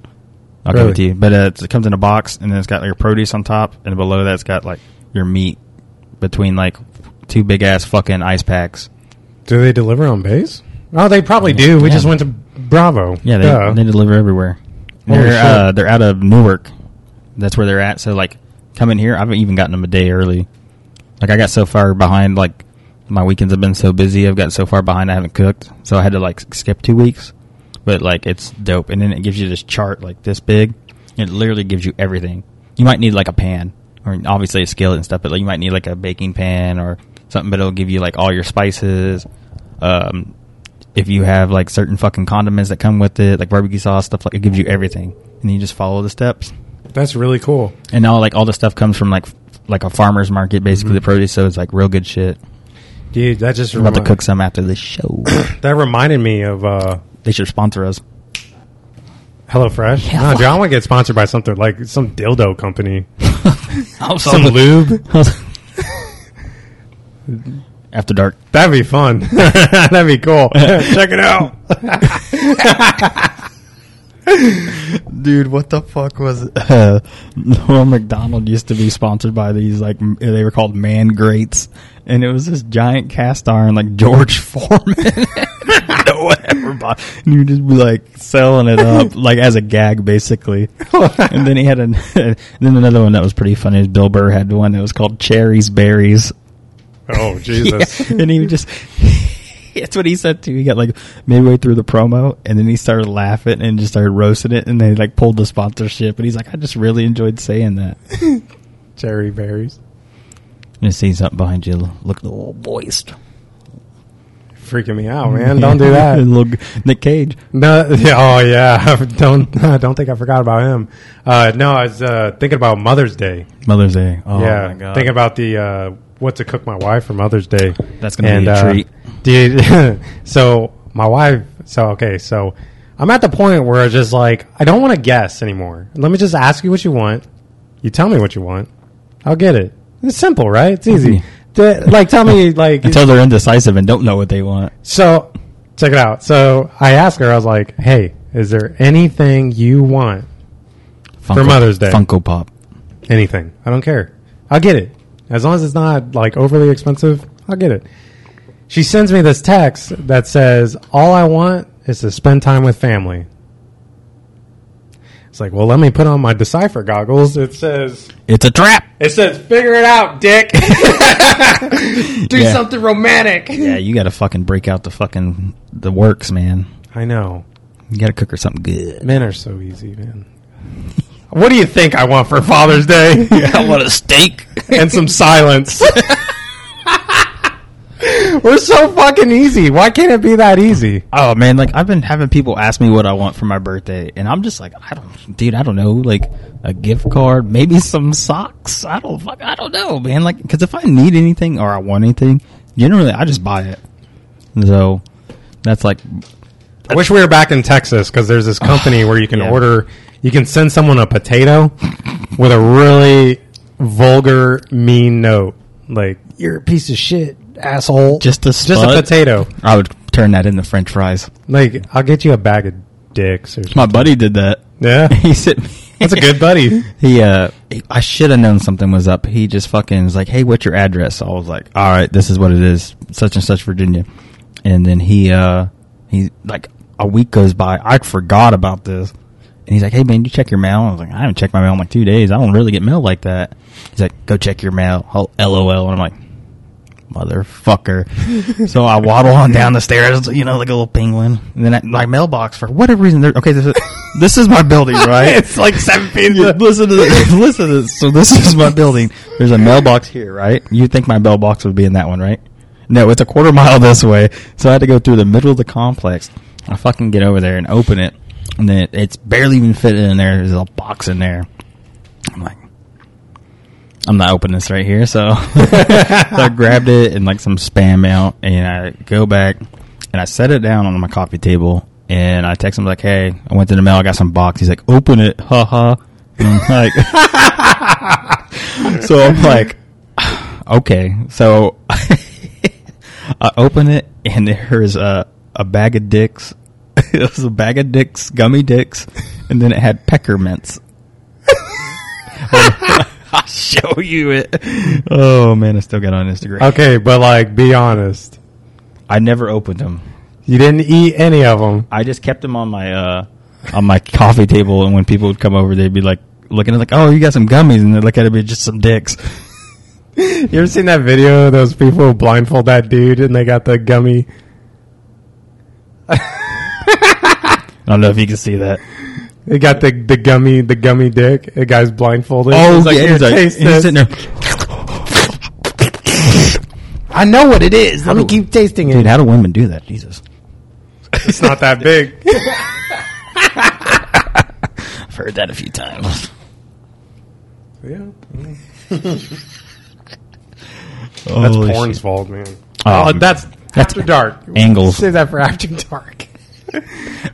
Speaker 2: I'll give
Speaker 1: Really?
Speaker 2: it to you. But uh, it's- it comes in a box, and then it's got your produce on top, and below that it's got like your meat between like two big ass fucking ice packs.
Speaker 1: Do they deliver on base? Oh, they probably do. We
Speaker 2: Yeah.
Speaker 1: just went to Bravo.
Speaker 2: Yeah, they,
Speaker 1: Duh.
Speaker 2: they deliver everywhere.
Speaker 1: Holy
Speaker 2: They're
Speaker 1: shit.
Speaker 2: uh, they're out of Newark. That's where they're at. So like, come in here. I've even gotten them a day early. Like I got so far behind. Like my weekends have been so busy. I've got so far behind. I haven't cooked. So I had to like s- skip two weeks. But like it's dope. And then it gives you this chart like this big. It literally gives you everything. You might need like a pan or obviously a skillet and stuff. But like you might need like a baking pan or something. But it'll give you like all your spices. Um, if you have like certain fucking condiments that come with it, like barbecue sauce, stuff like it gives you everything, and then you just follow the steps.
Speaker 1: That's really cool.
Speaker 2: And all like all the stuff comes from like f- like a farmer's market, basically the produce. So it's like real good shit.
Speaker 1: Dude, that just
Speaker 2: I'm about to
Speaker 1: remi-
Speaker 2: cook some after this show. (coughs)
Speaker 1: That reminded me of uh,
Speaker 2: they should sponsor us.
Speaker 1: HelloFresh.
Speaker 2: Hell.
Speaker 1: No, John would get sponsored by something like some dildo company,
Speaker 2: I'll
Speaker 1: some lube.
Speaker 2: (laughs) after dark.
Speaker 1: That'd be
Speaker 2: (laughs)
Speaker 1: fun. (laughs) That'd be cool. Check it out.
Speaker 2: Dude, what the fuck was it? (laughs) Uh, Norm McDonald used to be sponsored by these, like, m- they were called man grates. And it was this giant cast iron, like George (laughs) Foreman. no one ever bought. And you just be like selling it up, (laughs) like as a gag, basically. and then he had an, (laughs) and then another one that was pretty funny is Bill Burr had one that was called Cherries Berries.
Speaker 1: Oh Jesus!
Speaker 2: Yeah, (laughs) And he would just that's what he said too. He got like midway through the promo and then he started laughing and just started roasting it and they like pulled the sponsorship and he's like, I just really enjoyed saying that.
Speaker 1: Cherry berries.
Speaker 2: You see something behind you look oh, a little voiced.
Speaker 1: Freaking me
Speaker 2: (laughs)
Speaker 1: out, man. Don't do that.
Speaker 2: Little Nick Cage.
Speaker 1: No, (laughs) yeah, oh yeah. (laughs) Don't I don't think I forgot about him. Uh, no, I was uh, thinking about Mother's Day.
Speaker 2: Mother's Day. Oh
Speaker 1: yeah,
Speaker 2: my god.
Speaker 1: thinking about the uh, what to cook my wife for Mother's Day. uh,
Speaker 2: That's gonna be a treat.
Speaker 1: (laughs) Dude, (laughs) so my wife. So okay, so I'm at the point where it's just like I don't want to guess anymore. Let me just ask you what you want. You tell me what you want. I'll get it. It's simple, right? It's
Speaker 2: (laughs)
Speaker 1: easy. D- like tell me like
Speaker 2: until they're indecisive and don't know what they want.
Speaker 1: so check it out. So I asked her, I was like, Hey, is there anything you want?
Speaker 2: Funko,
Speaker 1: Mother's Day.
Speaker 2: Funko Pop.
Speaker 1: Anything. I don't care. I'll get it. As long as it's not like overly expensive, I'll get it. She sends me this text that says, All I want is to spend time with family. It's like, well, let me put on my decipher goggles. It says,
Speaker 2: It's a trap.
Speaker 1: it says, figure it out, (laughs) dick. Do
Speaker 2: Yeah.
Speaker 1: something romantic.
Speaker 2: Yeah, you gotta fucking break out the fucking the works, man.
Speaker 1: I know.
Speaker 2: You gotta cook her something good.
Speaker 1: (laughs) Men are so easy, man. What do you think I want for Father's
Speaker 2: (laughs)
Speaker 1: Day?
Speaker 2: I want a steak.
Speaker 1: and some
Speaker 2: (laughs)
Speaker 1: silence. We're so fucking easy. Why can't it be that easy?
Speaker 2: Oh man, like I've been having people ask me what I want for my birthday, and I'm just like, I don't, dude, I don't know, like a gift card, maybe some socks. I don't, fuck, I don't know, man. Like, because if I need anything or I want anything, generally I just buy it. So that's like,
Speaker 1: I wish we were back in Texas because there's this company where you can
Speaker 2: Yeah.
Speaker 1: order, you can send someone a potato with a really vulgar, mean note. Like, you're a piece of shit, asshole.
Speaker 2: Just a
Speaker 1: Just a
Speaker 2: spud?
Speaker 1: potato.
Speaker 2: I would turn that into French fries.
Speaker 1: Like, I'll get you a bag of
Speaker 2: (laughs)
Speaker 1: dicks or something.
Speaker 2: My buddy did that.
Speaker 1: Yeah.
Speaker 2: He said,
Speaker 1: That's a good buddy.
Speaker 2: He, uh, he- I should have known something was up. He just fucking was like, "Hey, what's your address?" I was like, "All right, this is what it is, such and such, Virginia." And then he, uh, he like a week goes by. I forgot about this, and he's like, "Hey, man, you check your mail?" I was like, "I haven't checked my mail in like two days. I don't really get mail like that." He's like, "Go check your mail." I'll- LOL, and I'm like.
Speaker 1: (laughs)
Speaker 2: Motherfucker! so I waddle on down the stairs, you know, like a little penguin. And then I, my mailbox, for whatever reason, there- okay, this is this is my building, right?
Speaker 1: (laughs) it's like
Speaker 2: (laughs)
Speaker 1: 7 feet.
Speaker 2: Yeah, listen to this. Listen to this. So this is my building. There's a mailbox here, right? You think my mailbox would be in that one, right? No, it's a quarter mile this way. So I had to go through the middle of the complex. I fucking get over there and open it, and then it, it's barely even fitting in there. There's a box in there. I'm like, I'm not opening this right here. So, (laughs) so I grabbed it and like some spam mail, and I go back and I set it down on my coffee table. And I text him like, "Hey, I went to the mail. I got some box." He's like, "Open (laughs) (laughs) it, haha." And I'm like, so I'm like, okay. So (laughs) I open it, and there's a, a bag of dicks. (laughs) it was a bag of dicks, gummy dicks, and then it had peckermints. I'll show you it. Oh, man, I still got it on Instagram.
Speaker 1: Okay, but like, be honest.
Speaker 2: I never opened them.
Speaker 1: You didn't eat any of them.
Speaker 2: I just kept them on my uh, on my coffee table, and when people would come over, they'd be like looking at it like, "Oh, you got some gummies," and they'd look at it, be just some dicks.
Speaker 1: You ever seen that video of those people who blindfold that dude and they got the gummy?
Speaker 2: I don't know if you can see that.
Speaker 1: They got the, the gummy the gummy dick. The guy's blindfolded. He's
Speaker 2: Oh, yeah,
Speaker 1: "Here,
Speaker 2: he's, like-
Speaker 1: taste
Speaker 2: he's
Speaker 1: this."
Speaker 2: sitting there.
Speaker 1: I know what it is. Let me
Speaker 2: do-
Speaker 1: keep tasting
Speaker 2: Dude,
Speaker 1: it.
Speaker 2: how do women do that? Jesus,
Speaker 1: It's not that
Speaker 2: (laughs)
Speaker 1: big.
Speaker 2: I've heard that a few times.
Speaker 1: yeah. That's
Speaker 2: Holy
Speaker 1: porn's
Speaker 2: shit.
Speaker 1: fault, man.
Speaker 2: Oh,
Speaker 1: Oh, that's,
Speaker 2: that's
Speaker 1: after dark.
Speaker 2: angles.
Speaker 1: Say that for after
Speaker 2: (laughs)
Speaker 1: dark. We're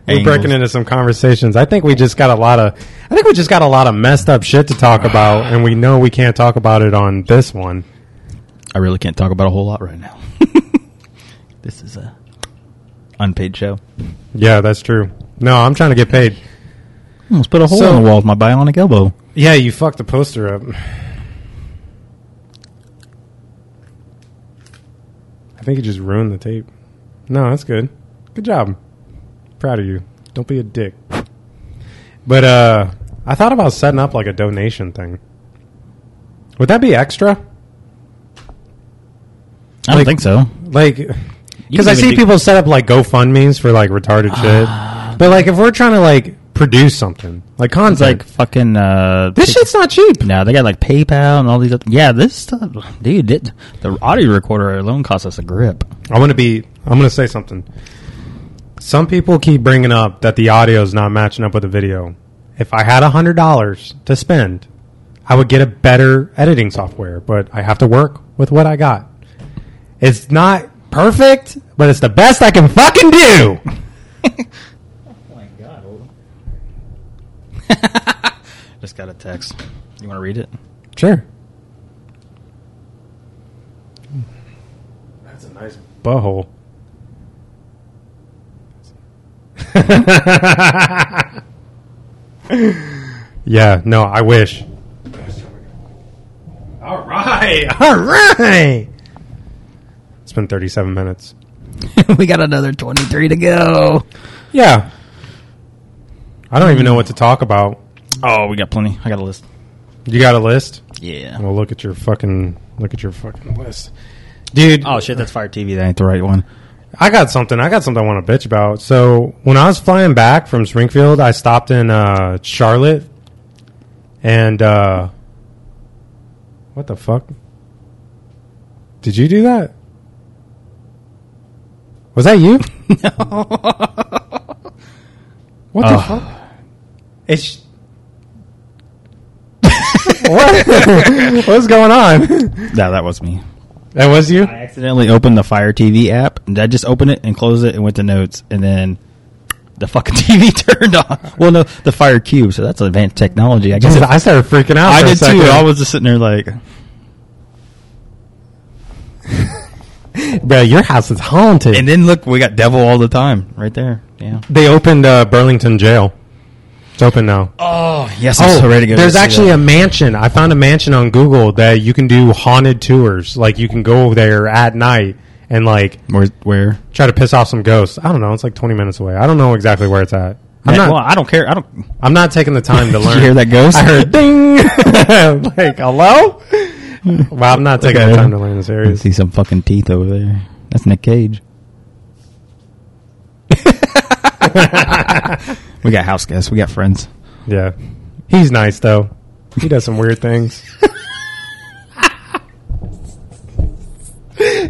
Speaker 2: Angles.
Speaker 1: breaking into some conversations. I think we just got a lot of. I think we just got a lot of messed up shit to talk about, and we know we can't talk about it on this one.
Speaker 2: I really can't talk about a whole lot right now. (laughs) this is a unpaid show.
Speaker 1: Yeah, that's true. No, I'm trying to get paid.
Speaker 2: Let's put a hole
Speaker 1: So-
Speaker 2: in the wall with my bionic elbow.
Speaker 1: Yeah, you fucked the poster up. I think you just ruined the tape. No, that's good. Good job. Proud of you. Don't be a dick. But uh I thought about setting up like a donation thing. Would that be extra?
Speaker 2: I don't
Speaker 1: Like-
Speaker 2: think so.
Speaker 1: Like because I
Speaker 2: even
Speaker 1: see
Speaker 2: do- Ah.
Speaker 1: people set up like GoFundMe's for like retarded shit. But like if we're trying to like produce something, like content,
Speaker 2: It's like fucking. Uh,
Speaker 1: this shit's not cheap.
Speaker 2: No, they got like PayPal and all these. Other, yeah, this stuff, dude. It, the audio recorder alone cost us a grip.
Speaker 1: I'm gonna be. I'm gonna say something. Some people keep bringing up that the audio is not matching up with the video. If I had a hundred dollars to spend, I would get a better editing software. But I have to work with what I got. It's not perfect, but it's the best I can fucking do.
Speaker 2: Oh my god! (laughs) Just got a text. You want to read it?
Speaker 1: Sure. That's a nice butthole. (laughs) yeah, no, I wish. All right, (laughs) all right. It's been 37 minutes.
Speaker 2: (laughs) we got another twenty-three to go.
Speaker 1: Yeah. I don't even know what to talk about.
Speaker 2: Oh, we got plenty. I got a list.
Speaker 1: You got a list?
Speaker 2: Yeah.
Speaker 1: Well, look at your fucking look at your fucking list. Dude,
Speaker 2: Oh shit! That's Fire TV. That ain't the right one.
Speaker 1: I got something. I got something I want to bitch about. So when I was flying back from Springfield, I stopped in uh, Charlotte, and uh, what the fuck? Did you do that? Was that
Speaker 2: (laughs)
Speaker 1: you? What the
Speaker 2: Oh.
Speaker 1: fuck? It's what? (laughs) What's going on?
Speaker 2: No, that was me.
Speaker 1: That was you.
Speaker 2: I accidentally opened the Fire TV app. and I just opened it and closed it and went to notes, and then the fucking (laughs) TV turned on. Well, no, the Fire Cube. So that's advanced technology.
Speaker 1: (laughs)
Speaker 2: I guess.
Speaker 1: I started freaking out.
Speaker 2: I
Speaker 1: for a
Speaker 2: did too.
Speaker 1: second.
Speaker 2: I was just sitting there like,
Speaker 1: Bro, your house is haunted.
Speaker 2: and then look, we got Devil all the time right there. Yeah.
Speaker 1: they opened uh, Burlington Jail. It's open now.
Speaker 2: Oh yes, I'm so ready to go.
Speaker 1: there's actually a mansion. I found a mansion on Google that you can do haunted tours. Like you can go there at night and like
Speaker 2: a where. where?
Speaker 1: try to piss off some ghosts. I don't know. It's like 20 minutes away. I don't know exactly where it's at. I'm
Speaker 2: Yeah,
Speaker 1: not.
Speaker 2: well, I don't care. I don't.
Speaker 1: I'm not taking the time to
Speaker 2: Did
Speaker 1: learn.
Speaker 2: (laughs) you hear that ghost?
Speaker 1: I heard ding. (laughs) like
Speaker 2: (laughs)
Speaker 1: hello. Well, I'm not taking
Speaker 2: Okay.
Speaker 1: the time to learn this
Speaker 2: I
Speaker 1: area.
Speaker 2: see some fucking teeth over there. That's Nick Cage. we got house guests. We got friends.
Speaker 1: Yeah, he's nice though. He does some weird things. (laughs)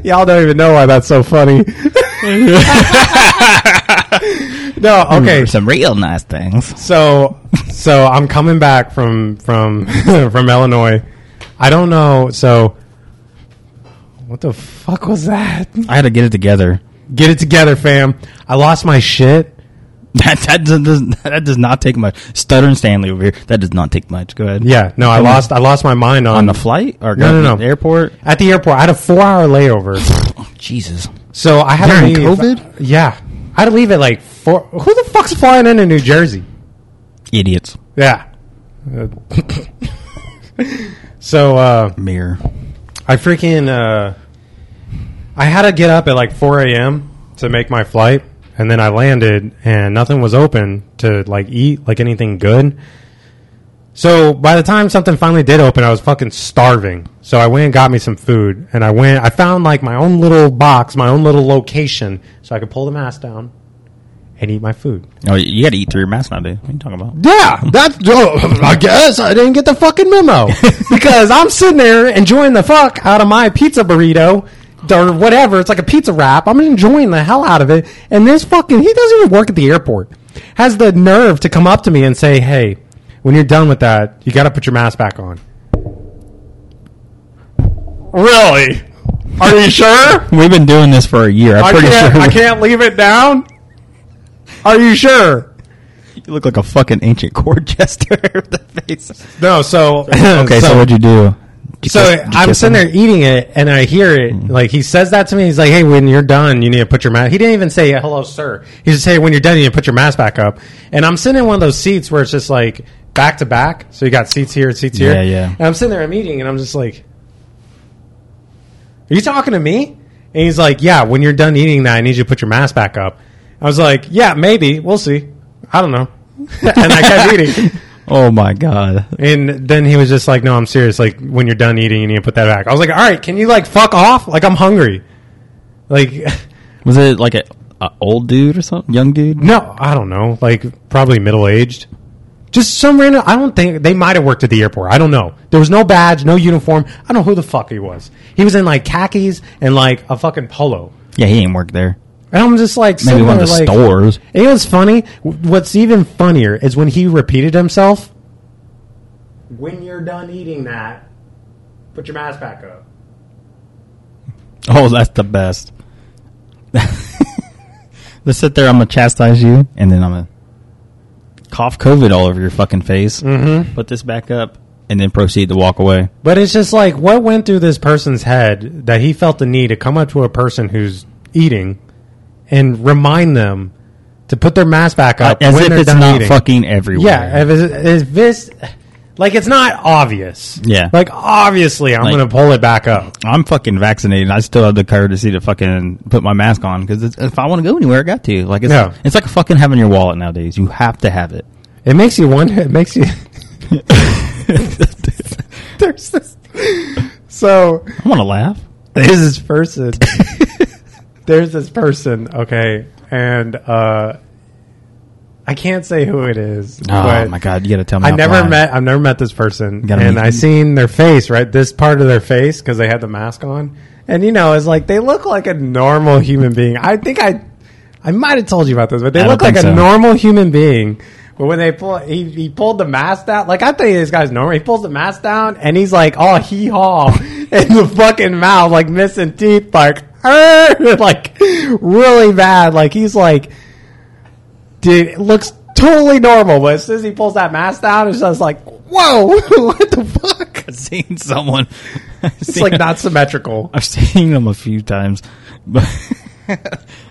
Speaker 1: Y'all don't even know why that's so (laughs) funny. no, okay.
Speaker 2: some real nice things.
Speaker 1: So, so I'm coming back from from (laughs) from Illinois. I don't know. So, what the fuck was that?
Speaker 2: I had to get it together. (laughs)
Speaker 1: Get it together, fam. I lost my shit
Speaker 2: That that does, does that does not take much. Stutter and Stanley over here. That does not take much. Go ahead.
Speaker 1: Yeah, no, I
Speaker 2: Come on.
Speaker 1: lost I lost my mind on,
Speaker 2: on the flight or
Speaker 1: No, no,
Speaker 2: go to
Speaker 1: no.
Speaker 2: the airport.
Speaker 1: at the airport. I had a four hour layover,
Speaker 2: Oh, Jesus.
Speaker 1: so I had
Speaker 2: During
Speaker 1: to leave. uh,
Speaker 2: COVID?
Speaker 1: yeah, I had to leave at like four. Who the fuck's flying into New Jersey?
Speaker 2: Idiots.
Speaker 1: Yeah. (laughs) Uh, so uh,
Speaker 2: Mirror.
Speaker 1: I freaking uh, I had to get up at like 4 a.m. to make my flight, and then I landed, and nothing was open to like eat like anything good. So by the time something finally did open, I was fucking starving. So I went and got me some food, and I went. I found like my own little box, my own little location, so I could pull the mask down and eat my food.
Speaker 2: Oh, you, got to eat through your mask now, dude. What are you talking about?
Speaker 1: Yeah, that's. Oh, I guess I didn't get the fucking (laughs) memo because I'm sitting there enjoying the fuck out of my pizza burrito or whatever. It's like a pizza wrap. I'm enjoying the hell out of it, and this fucking he doesn't even work at the airport. Has the nerve to come up to me and say, "Hey, when you're done with that, you got to put your mask back on." Really? Are you (laughs) sure?
Speaker 2: We've been doing this for a year. I'm
Speaker 1: I
Speaker 2: pretty
Speaker 1: can't.
Speaker 2: sure. (laughs)
Speaker 1: I can't leave it down. Are you sure?
Speaker 2: You look like a fucking ancient court (laughs) jester with
Speaker 1: (laughs)
Speaker 2: the face.
Speaker 1: No. So
Speaker 2: Okay, so, what'd you do? Did you
Speaker 1: So
Speaker 2: kiss- did you
Speaker 1: I'm
Speaker 2: kiss
Speaker 1: sitting
Speaker 2: him?
Speaker 1: there eating it, and I hear it.
Speaker 2: Mm-hmm.
Speaker 1: Like he says that to me. He's like, "Hey, when you're done, you need to put your mask." He didn't even say hello, sir. He just hey, when you're done, you need to put your mask back up. And I'm sitting in one of those seats where it's just like back to back. So you got seats here and seats here.
Speaker 2: Yeah, yeah.
Speaker 1: And I'm sitting there, I'm eating, and I'm just like, "Are you talking to me?" And he's like, "Yeah, when you're done eating that, I need you to put your mask back up." I was like, "Yeah, maybe. We'll see. I don't know." (laughs) and I kept eating.
Speaker 2: Oh my god.
Speaker 1: And then he was just like, "No, I'm serious. Like, when you're done eating, you need to put that back." I was like, "All right, can you like fuck off? Like, I'm hungry." Like, (laughs)
Speaker 2: Was it like a, a old dude or something? Young dude?
Speaker 1: no, I don't know. Like, probably middle aged. Just some random. I don't think they might have worked at the airport. I don't know. There was no badge, no uniform. I don't know who the fuck he was. He was in like khakis and like a fucking polo.
Speaker 2: Yeah, he ain't worked there.
Speaker 1: And I'm just like,
Speaker 2: Maybe
Speaker 1: sitting
Speaker 2: one of
Speaker 1: there,
Speaker 2: the
Speaker 1: like,
Speaker 2: stores. (laughs)
Speaker 1: It was funny. W- What's even funnier is when he repeated himself. When you're done eating that, put your mask back up.
Speaker 2: Oh, that's the best. (laughs) Let's sit there. I'm gonna chastise you, and then I'm gonna cough COVID all over your fucking face. Mm-hmm. Put this back up, and then proceed to walk away.
Speaker 1: But it's just like what went through this person's head that he felt the need to come up to a person who's eating and remind them to put their mask back up
Speaker 2: Uh, As
Speaker 1: when
Speaker 2: if
Speaker 1: they're
Speaker 2: it's
Speaker 1: done
Speaker 2: not
Speaker 1: eating.
Speaker 2: fucking everywhere.
Speaker 1: Yeah, if, it's- if this like it's not obvious.
Speaker 2: Yeah.
Speaker 1: like obviously I'm
Speaker 2: Like-
Speaker 1: gonna pull it back up.
Speaker 2: I'm fucking vaccinated. I still have the courtesy to fucking put my mask on because if I want to go anywhere, I got to. Like it's
Speaker 1: No.
Speaker 2: it's like fucking having your wallet nowadays. You have to have it.
Speaker 1: It makes you wonder. It makes
Speaker 2: (laughs)
Speaker 1: you. (laughs) There's this. So
Speaker 2: I want to laugh.
Speaker 1: there's this
Speaker 2: (laughs)
Speaker 1: person. there's this person. Okay, and uh, I can't say who it is.
Speaker 2: Oh
Speaker 1: but
Speaker 2: my god, you got to tell me.
Speaker 1: I
Speaker 2: I'm
Speaker 1: never
Speaker 2: lying.
Speaker 1: met. I've never met this person,
Speaker 2: Gotta
Speaker 1: and
Speaker 2: meet
Speaker 1: I
Speaker 2: him.
Speaker 1: seen their face, right? This part of their face because they had the mask on, and you know, it's like they look like a normal human being. I think I, I might have told you about this, but
Speaker 2: I
Speaker 1: they
Speaker 2: don't
Speaker 1: look like
Speaker 2: think
Speaker 1: a
Speaker 2: so.
Speaker 1: normal human being. But when they pull, he, he pulled the mask down. Like I think this guy's normal. He pulls the mask down, and he's like, "Oh, hee haw," (laughs) in the fucking mouth, like missing teeth, like, "Arr!" (laughs) like really bad. Like he's like dude, it looks totally normal. But as soon as he pulls that mask down, it's just like, whoa, (laughs) what the fuck?
Speaker 2: I've (laughs) seen someone.
Speaker 1: It's like not symmetrical.
Speaker 2: I've seen them a few times, but (laughs) it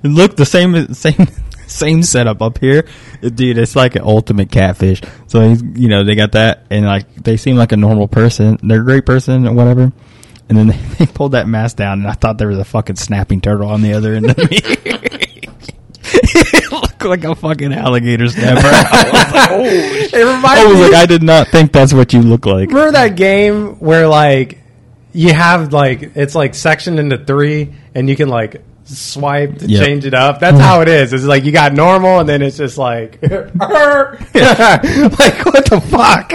Speaker 2: looked the same same same setup up here, dude. It's like an ultimate catfish. So he's, you know they got that, and like they seem like a normal person. They're a great person or whatever. And then (laughs) they, they pulled that mask down, and I thought there was a fucking snapping turtle on the other end of me. (laughs) it looked like a fucking alligator snapper. (laughs) I was like, oh.
Speaker 1: (laughs) It reminds
Speaker 2: I was
Speaker 1: me.
Speaker 2: like, I did not think that's what you look like.
Speaker 1: remember that game where like you have like it's like sectioned into three, and you can like swipe to
Speaker 2: Yep.
Speaker 1: change it up. That's how it is. It's like you got normal, and then it's just like, (laughs) "Arr." (laughs) like what the fuck?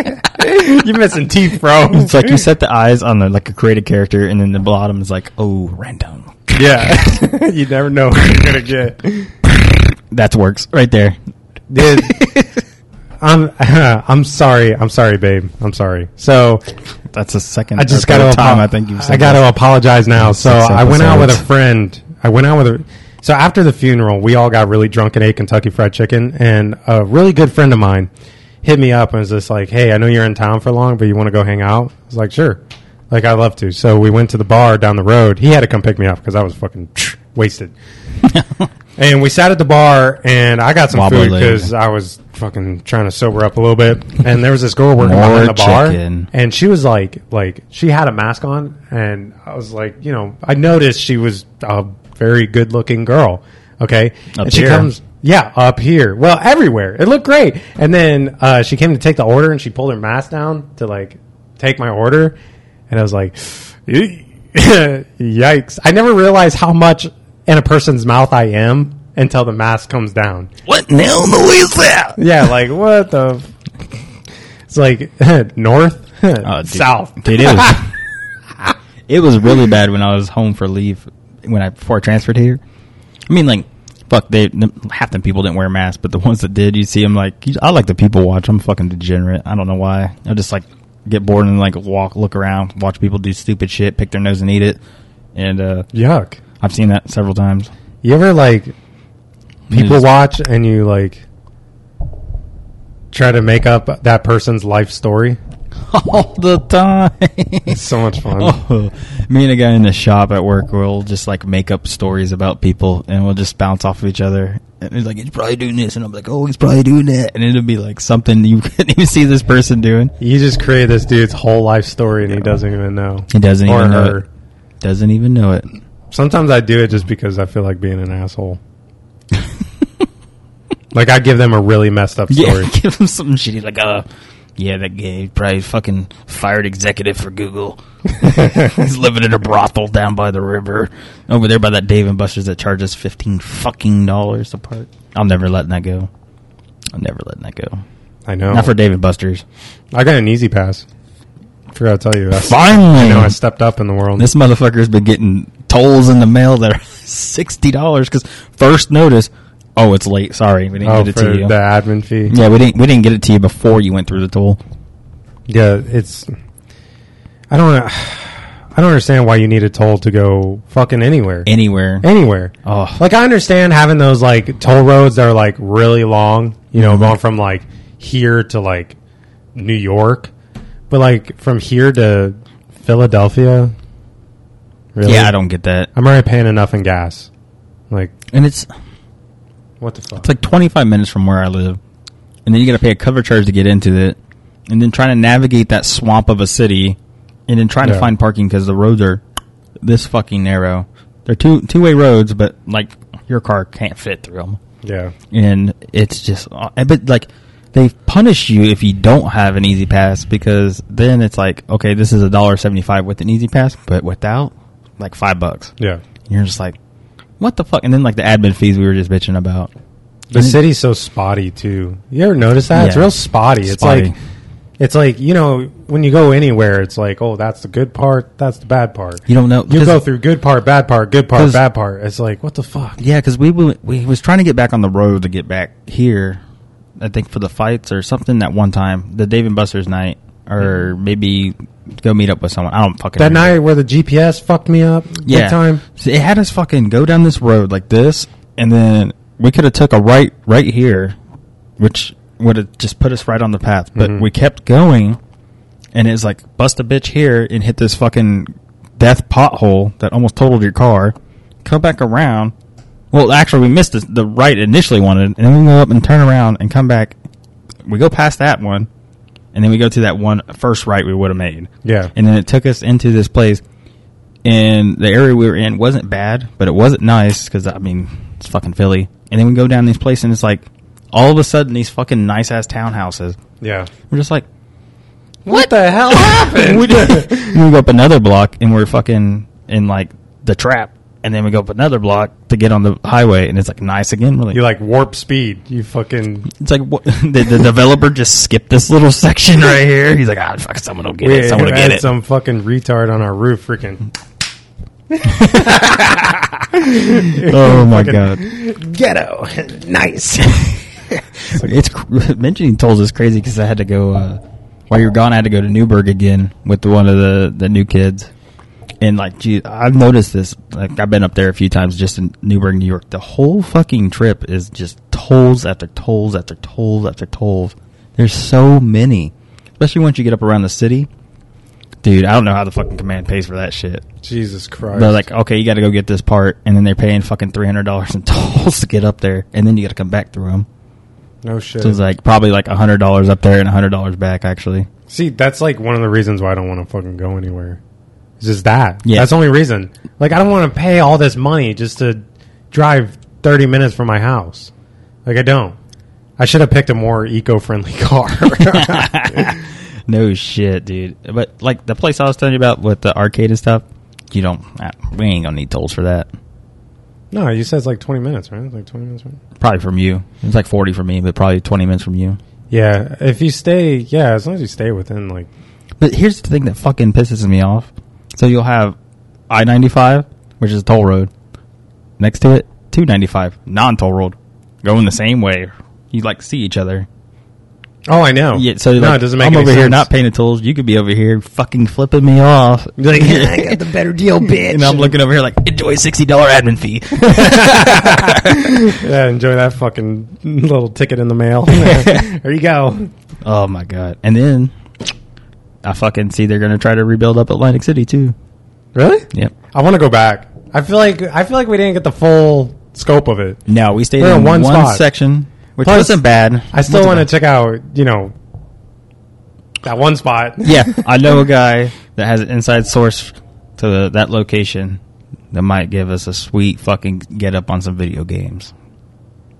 Speaker 1: (laughs) You're missing teeth, bro.
Speaker 2: It's like you set the eyes on the, like a creative character, and then the bottom is like, oh, random.
Speaker 1: yeah. (laughs) you never know what you're gonna get.
Speaker 2: That works right there.
Speaker 1: dude. I'm (laughs) I'm sorry. I'm sorry, babe. I'm sorry. So
Speaker 2: (laughs) That's the second.
Speaker 1: I just
Speaker 2: or third
Speaker 1: got to
Speaker 2: time. I think you.
Speaker 1: I got to apologize now. So
Speaker 2: Six
Speaker 1: I went out with a
Speaker 2: episodes.
Speaker 1: friend. I went out with a. So after the funeral, we all got really drunk and ate Kentucky Fried Chicken. And a really good friend of mine hit me up and was just like, "Hey, I know you're in town for long, but you want to go hang out?" I was like, "Sure." Like I love to. So we went to the bar down the road. He had to come pick me up because I was fucking (sniffs)
Speaker 2: (laughs)
Speaker 1: wasted. and we sat at the bar, and I got some
Speaker 2: Wobbly
Speaker 1: food because I was fucking trying to sober up a little bit. And there was this girl working
Speaker 2: More
Speaker 1: behind the bar,
Speaker 2: chicken.
Speaker 1: and she was like, like she had a mask on, and I was like, you know, I noticed she was a very good looking girl. Okay,
Speaker 2: Up
Speaker 1: and she
Speaker 2: here.
Speaker 1: comes. Yeah, up here. Well, everywhere. It looked great. And then uh, she came to take the order, and she pulled her mask down to like take my order, and I was like, (laughs) "Yikes!" I never realized how much in a person's mouth I am until the mask comes down.
Speaker 2: What in the hell is that?
Speaker 1: Yeah, (laughs) like what the? f- It's like (laughs) north,
Speaker 2: Oh,
Speaker 1: (laughs)
Speaker 2: dude.
Speaker 1: south.
Speaker 2: Dude, it was it was really bad when I was home for leave when I before I transferred here. I mean, like fuck, they half the people didn't wear masks, but the ones that did, you see them like I like the people watch. I'm fucking degenerate. I don't know why. I just like get bored and like walk, look around, watch people do stupid shit, pick their nose and eat it. And uh,
Speaker 1: Yuck.
Speaker 2: I've seen that several times.
Speaker 1: You ever like people
Speaker 2: News.
Speaker 1: watch and you like try to make up that person's life story?
Speaker 2: (laughs) all the time.
Speaker 1: It's so much fun.
Speaker 2: (laughs) Oh, me and a guy in the shop at work, we'll just like make up stories about people, and we'll just bounce off of each other. And he's like, "He's probably doing this," and I'm like, "Oh, he's probably doing that," and it'll be like something you (laughs) couldn't even see this person doing.
Speaker 1: You just create this dude's whole life story and he doesn't even know.
Speaker 2: He doesn't
Speaker 1: or
Speaker 2: even know
Speaker 1: her.
Speaker 2: it. Doesn't even know it.
Speaker 1: Sometimes I do it just because I feel like being an asshole. (laughs) like I give them a really messed up story.
Speaker 2: Yeah, (laughs) give him something shitty like, "Uh, yeah, that guy probably fucking fired executive for Google. (laughs) he's living in a brothel down by the river over there by that Dave and Buster's that charges fifteen fucking dollars a part." I'm never letting that go. I'm never letting that go.
Speaker 1: I know.
Speaker 2: Not for Dave and Buster's.
Speaker 1: I got an easy pass. Forgot to tell you. I,
Speaker 2: Finally,
Speaker 1: you know, I stepped up in the world.
Speaker 2: this motherfucker's been getting tolls in the mail that are sixty dollars because first notice. Oh, it's late. Sorry, we didn't
Speaker 1: oh,
Speaker 2: get it
Speaker 1: for
Speaker 2: to you.
Speaker 1: the admin fee.
Speaker 2: Yeah, we didn't. We didn't get it to you before you went through the toll.
Speaker 1: Yeah, it's. I don't. (sighs) I don't understand why you need a toll to go fucking anywhere.
Speaker 2: Anywhere.
Speaker 1: anywhere.
Speaker 2: Oh.
Speaker 1: Like I understand having those like toll roads that are like really long. You
Speaker 2: Mm-hmm.
Speaker 1: know, going from like here to like New York, but like from here to Philadelphia. Really?
Speaker 2: Yeah, I don't get that.
Speaker 1: I'm already paying enough in gas. Like
Speaker 2: And it's
Speaker 1: what the fuck?
Speaker 2: it's like twenty five minutes from where I live, and then you got to pay a cover charge to get into it, and then trying to navigate that swamp of a city, and then trying
Speaker 1: Yeah.
Speaker 2: to find parking because the roads are this fucking narrow. They're two two way roads, but like your car can't fit through them.
Speaker 1: yeah.
Speaker 2: and it's just uh, but like they punish you if you don't have an easy pass because then it's like okay this is a dollar 75 with an easy pass but without like 5 bucks
Speaker 1: Yeah.
Speaker 2: you're just like what the fuck and then like the admin fees we were just bitching about
Speaker 1: The city's so spotty too. You ever notice that? It's
Speaker 2: Yeah.
Speaker 1: real spotty. It's
Speaker 2: Spotty.
Speaker 1: like it's like, you know, when you go anywhere, it's like, oh, that's the good part, that's the bad part.
Speaker 2: you don't know
Speaker 1: You
Speaker 2: 'cause-
Speaker 1: go through good part, bad part, good part,
Speaker 2: 'Cause-
Speaker 1: bad part. It's like, what the fuck?
Speaker 2: yeah cuz we were- we was trying to get back on the road to get back here i think for the fights or something that one time the Dave and Buster's night or maybe go meet up with someone i don't fucking
Speaker 1: Mm-hmm. That
Speaker 2: remember.
Speaker 1: night where the GPS fucked me up
Speaker 2: yeah.
Speaker 1: big time.
Speaker 2: So it had us fucking go down this road like this, and then we could have took a right right here, which would have just put us right on the path. But
Speaker 1: Mhm.
Speaker 2: we kept going, and it's like bust a bitch here and hit this fucking death pothole that almost totaled your car. Come back around. Well, actually, we missed the, the right initially wanted, and then we go up and turn around and come back. We go past that one, and then we go to that one first right we would have made
Speaker 1: Yeah.
Speaker 2: and then it took us into this place and the area we were in wasn't bad but it wasn't nice because i mean it's fucking philly and then we go down this place and it's like all of a sudden these fucking nice ass townhouses
Speaker 1: yeah.
Speaker 2: we're just like (laughs)
Speaker 1: What, the hell happened?
Speaker 2: we, we go up another block and we're fucking in like the trap and then we go up another block to get on the highway and it's like nice again really
Speaker 1: you like warp speed. You fucking
Speaker 2: it's like what, (laughs) the, the developer just skipped this little section right here he's like ah fuck someone will get it
Speaker 1: we
Speaker 2: someone will
Speaker 1: had
Speaker 2: get it
Speaker 1: some fucking retard on our roof freaking (laughs)
Speaker 2: oh my
Speaker 1: fucking-
Speaker 2: god
Speaker 1: ghetto. (laughs) nice.
Speaker 2: It's cr- (laughs) mentioning tolls is crazy because I had to go uh, while you were gone. I had to go to Newburgh again with one of the the new kids, And like, gee, I've noticed this. Like, I've been up there a few times, just in Newburgh, New York. The whole fucking trip is just tolls after tolls after tolls after tolls. There's so many, especially once you get up around the city. Dude, I don't know how the fucking command pays for that shit.
Speaker 3: Jesus Christ.
Speaker 2: They're like, okay, you got to go get this part, and then they're paying fucking three hundred dollars in (laughs) tolls to get up there, and then you got to come back through them.
Speaker 1: No shit.
Speaker 2: So it's like probably like hundred dollars up there and hundred dollars back, actually.
Speaker 1: See, that's like one of the reasons why I don't want to fucking go anywhere. It's just that.
Speaker 2: Yeah.
Speaker 1: That's the only reason. Like, I don't want to pay all this money just to drive 30 minutes from my house. Like, I don't. I should have picked a more eco friendly (laughs)
Speaker 2: (laughs)
Speaker 1: car.
Speaker 2: No shit, dude. But like the place I was telling you about with the arcade and stuff, you don't. uh, We ain't gonna need tolls for that.
Speaker 1: no, you said it's like 20 minutes, right? It's like 20 minutes, right?
Speaker 2: Probably from you. It's like forty from me, but probably twenty minutes from you.
Speaker 1: Yeah. If you stay, yeah, as long as you stay within, like,
Speaker 2: But here's the thing that fucking pisses me off. So you'll have I ninety five, which is a toll road. Next to it, two ninety five, non toll road, going the same way. You like see each other.
Speaker 1: oh, I know.
Speaker 2: Yeah, so
Speaker 1: no,
Speaker 2: like,
Speaker 1: it doesn't make
Speaker 2: I'm
Speaker 1: any
Speaker 2: over
Speaker 1: sense.
Speaker 2: here not paying the tolls. You could be over here fucking flipping me off.
Speaker 1: (laughs) Like, I
Speaker 2: (laughs)
Speaker 1: got the better deal, bitch.
Speaker 2: And I'm looking over here like, enjoy sixty dollar
Speaker 1: (laughs)
Speaker 2: admin fee.
Speaker 1: yeah, enjoy that fucking (laughs) little ticket in the
Speaker 2: (laughs)
Speaker 1: mail. there you go.
Speaker 2: oh my god! And then I fucking see they're gonna try to rebuild up Atlantic City too.
Speaker 1: Really?
Speaker 2: Yep.
Speaker 1: I want to go back. I feel like I feel like we didn't get the full scope of it.
Speaker 2: No, we stayed
Speaker 1: We're
Speaker 2: in
Speaker 1: in
Speaker 2: one,
Speaker 1: one spot.
Speaker 2: section, which
Speaker 1: Plus,
Speaker 2: wasn't bad.
Speaker 1: I still
Speaker 2: Wasn't
Speaker 1: want to
Speaker 2: bad.
Speaker 1: check out, you know, that one spot.
Speaker 2: Yeah, I know a guy that has an inside source to the, that location that might give us a sweet fucking get up on some video games.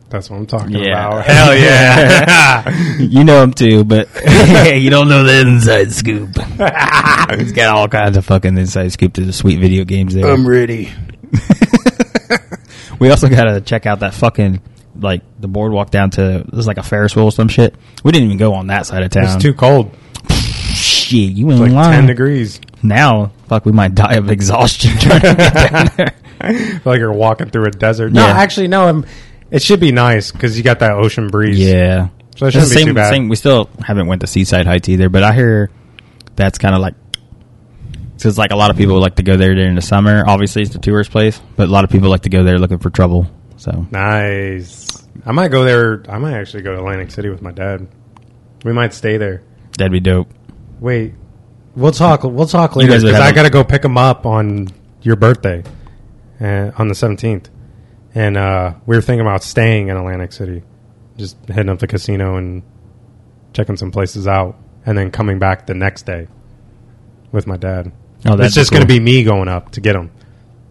Speaker 1: that's what I'm talking
Speaker 2: Yeah.
Speaker 1: about.
Speaker 2: (laughs)
Speaker 1: Hell yeah!
Speaker 2: You know him too, but (laughs) you don't know the inside scoop. (laughs) He's got all kinds of fucking inside scoop to the sweet video games there.
Speaker 3: ready.
Speaker 2: (laughs) we also got to check out that fucking like the boardwalk down to it was like a Ferris wheel or some shit. We didn't even go on that side of town.
Speaker 1: it's too cold.
Speaker 2: shit. You ain't
Speaker 1: Like ten
Speaker 2: lying.
Speaker 1: degrees.
Speaker 2: now, fuck, we might die of exhaustion
Speaker 1: (laughs)
Speaker 2: trying to get down there.
Speaker 1: Feel like you're walking through a desert. No,
Speaker 2: Yeah.
Speaker 1: actually, no. I'm, it should be nice because you got that ocean breeze.
Speaker 2: Yeah.
Speaker 1: So it shouldn't
Speaker 2: That's the
Speaker 1: be
Speaker 2: same,
Speaker 1: too bad.
Speaker 2: same- we still haven't went to Seaside Heights either, but I hear that's kind of like because like a lot of people like to go there during the summer. Obviously, it's a tourist place, but a lot of people like to go there looking for trouble. So
Speaker 1: Nice. I might go there. I might actually go to Atlantic City with my dad. We might stay there.
Speaker 2: that'd be dope. Oh,
Speaker 1: Wait, we'll talk. We'll talk later
Speaker 2: guys would
Speaker 1: because I
Speaker 2: have a-
Speaker 1: got to go pick him up on your birthday, uh, on the seventeenth, and uh, we were thinking about staying in Atlantic City, just heading up the casino and checking some places out, and then coming back the next day with my dad.
Speaker 2: Oh,
Speaker 1: it's just going to be me going up to get him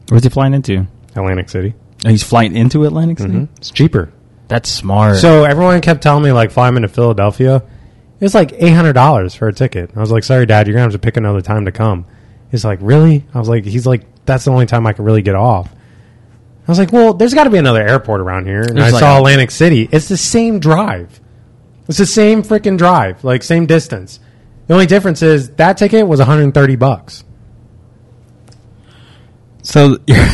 Speaker 2: Where's he flying into?
Speaker 1: Atlantic City.
Speaker 2: Oh, He's flying into Atlantic City.
Speaker 1: Mhm. It's cheaper.
Speaker 2: That's smart.
Speaker 1: So everyone kept telling me like fly him into Philadelphia. It was like eight hundred dollars for a ticket. I was like, sorry, Dad, you're gonna have to pick another time to come. He's like, really? I was like, he's like, that's the only time I can really get off. I was like, well, there's got to be another airport around here, and
Speaker 2: There's
Speaker 1: I
Speaker 2: like
Speaker 1: saw
Speaker 2: a-
Speaker 1: Atlantic City. It's the same drive. It's the same freaking drive, like same distance. The only difference is that ticket was 130 bucks.
Speaker 2: So (laughs) you're,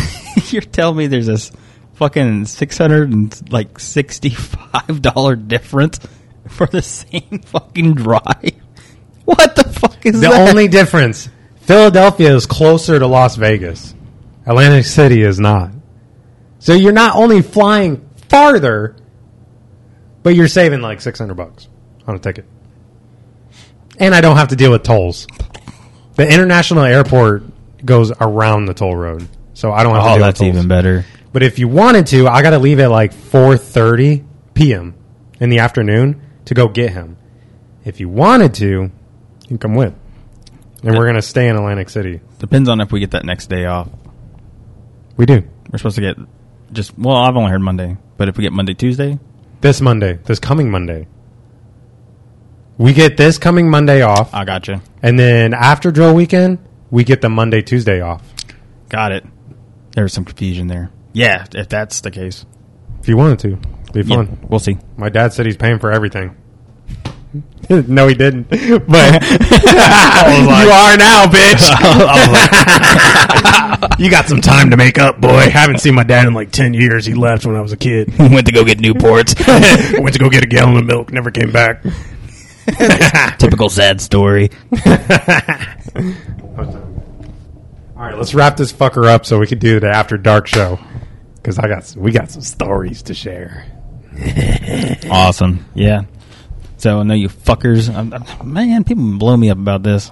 Speaker 2: you're telling me there's this fucking six hundred and like sixty five (laughs) dollar difference for the same fucking drive? (laughs) What the fuck is
Speaker 1: The
Speaker 2: (laughs) that?
Speaker 1: only difference, Philadelphia is closer to Las Vegas. Atlantic City is not. So you're not only flying farther, but you're saving like 600 bucks on a ticket. And I don't have to deal with tolls. The international airport goes around the toll road. So I don't have to
Speaker 2: oh,
Speaker 1: deal
Speaker 2: that's
Speaker 1: with tolls.
Speaker 2: even better.
Speaker 1: But if you wanted to, I got to leave at like 4:30 p.m. in the afternoon to go get him. If you wanted to, you can come with. And we're gonna stay in Atlantic City.
Speaker 2: Depends on if we get that next day off.
Speaker 1: We do
Speaker 2: We're supposed to get just well. I've only heard Monday, but if we get Monday, Tuesday,
Speaker 1: this Monday, this coming Monday. We get this coming Monday off,
Speaker 2: I gotcha.
Speaker 1: and then after drill weekend, we get the Monday Tuesday off.
Speaker 2: Got it. There was some confusion there. Yeah, if that's the case,
Speaker 1: If you wanted to, be
Speaker 2: yeah,
Speaker 1: fun.
Speaker 2: we'll see.
Speaker 1: My dad said he's paying for everything. (laughs) no, he didn't. (laughs) But
Speaker 2: was like-
Speaker 1: you are now, (laughs) bitch.
Speaker 3: you got some time to make up, boy. Haven't seen my dad in like 10 years. He left when I was a kid. (laughs)
Speaker 2: We (laughs) went to go get Newports.
Speaker 3: Went to go get a gallon of milk, never came back.
Speaker 2: Typical sad story.
Speaker 1: I All uh, right, let's wrap this fucker up so we can do the after dark show because I got we got some stories to share.
Speaker 2: Awesome. Yeah. So I know you fuckers. I'm, I'm- man, people blow me up about this.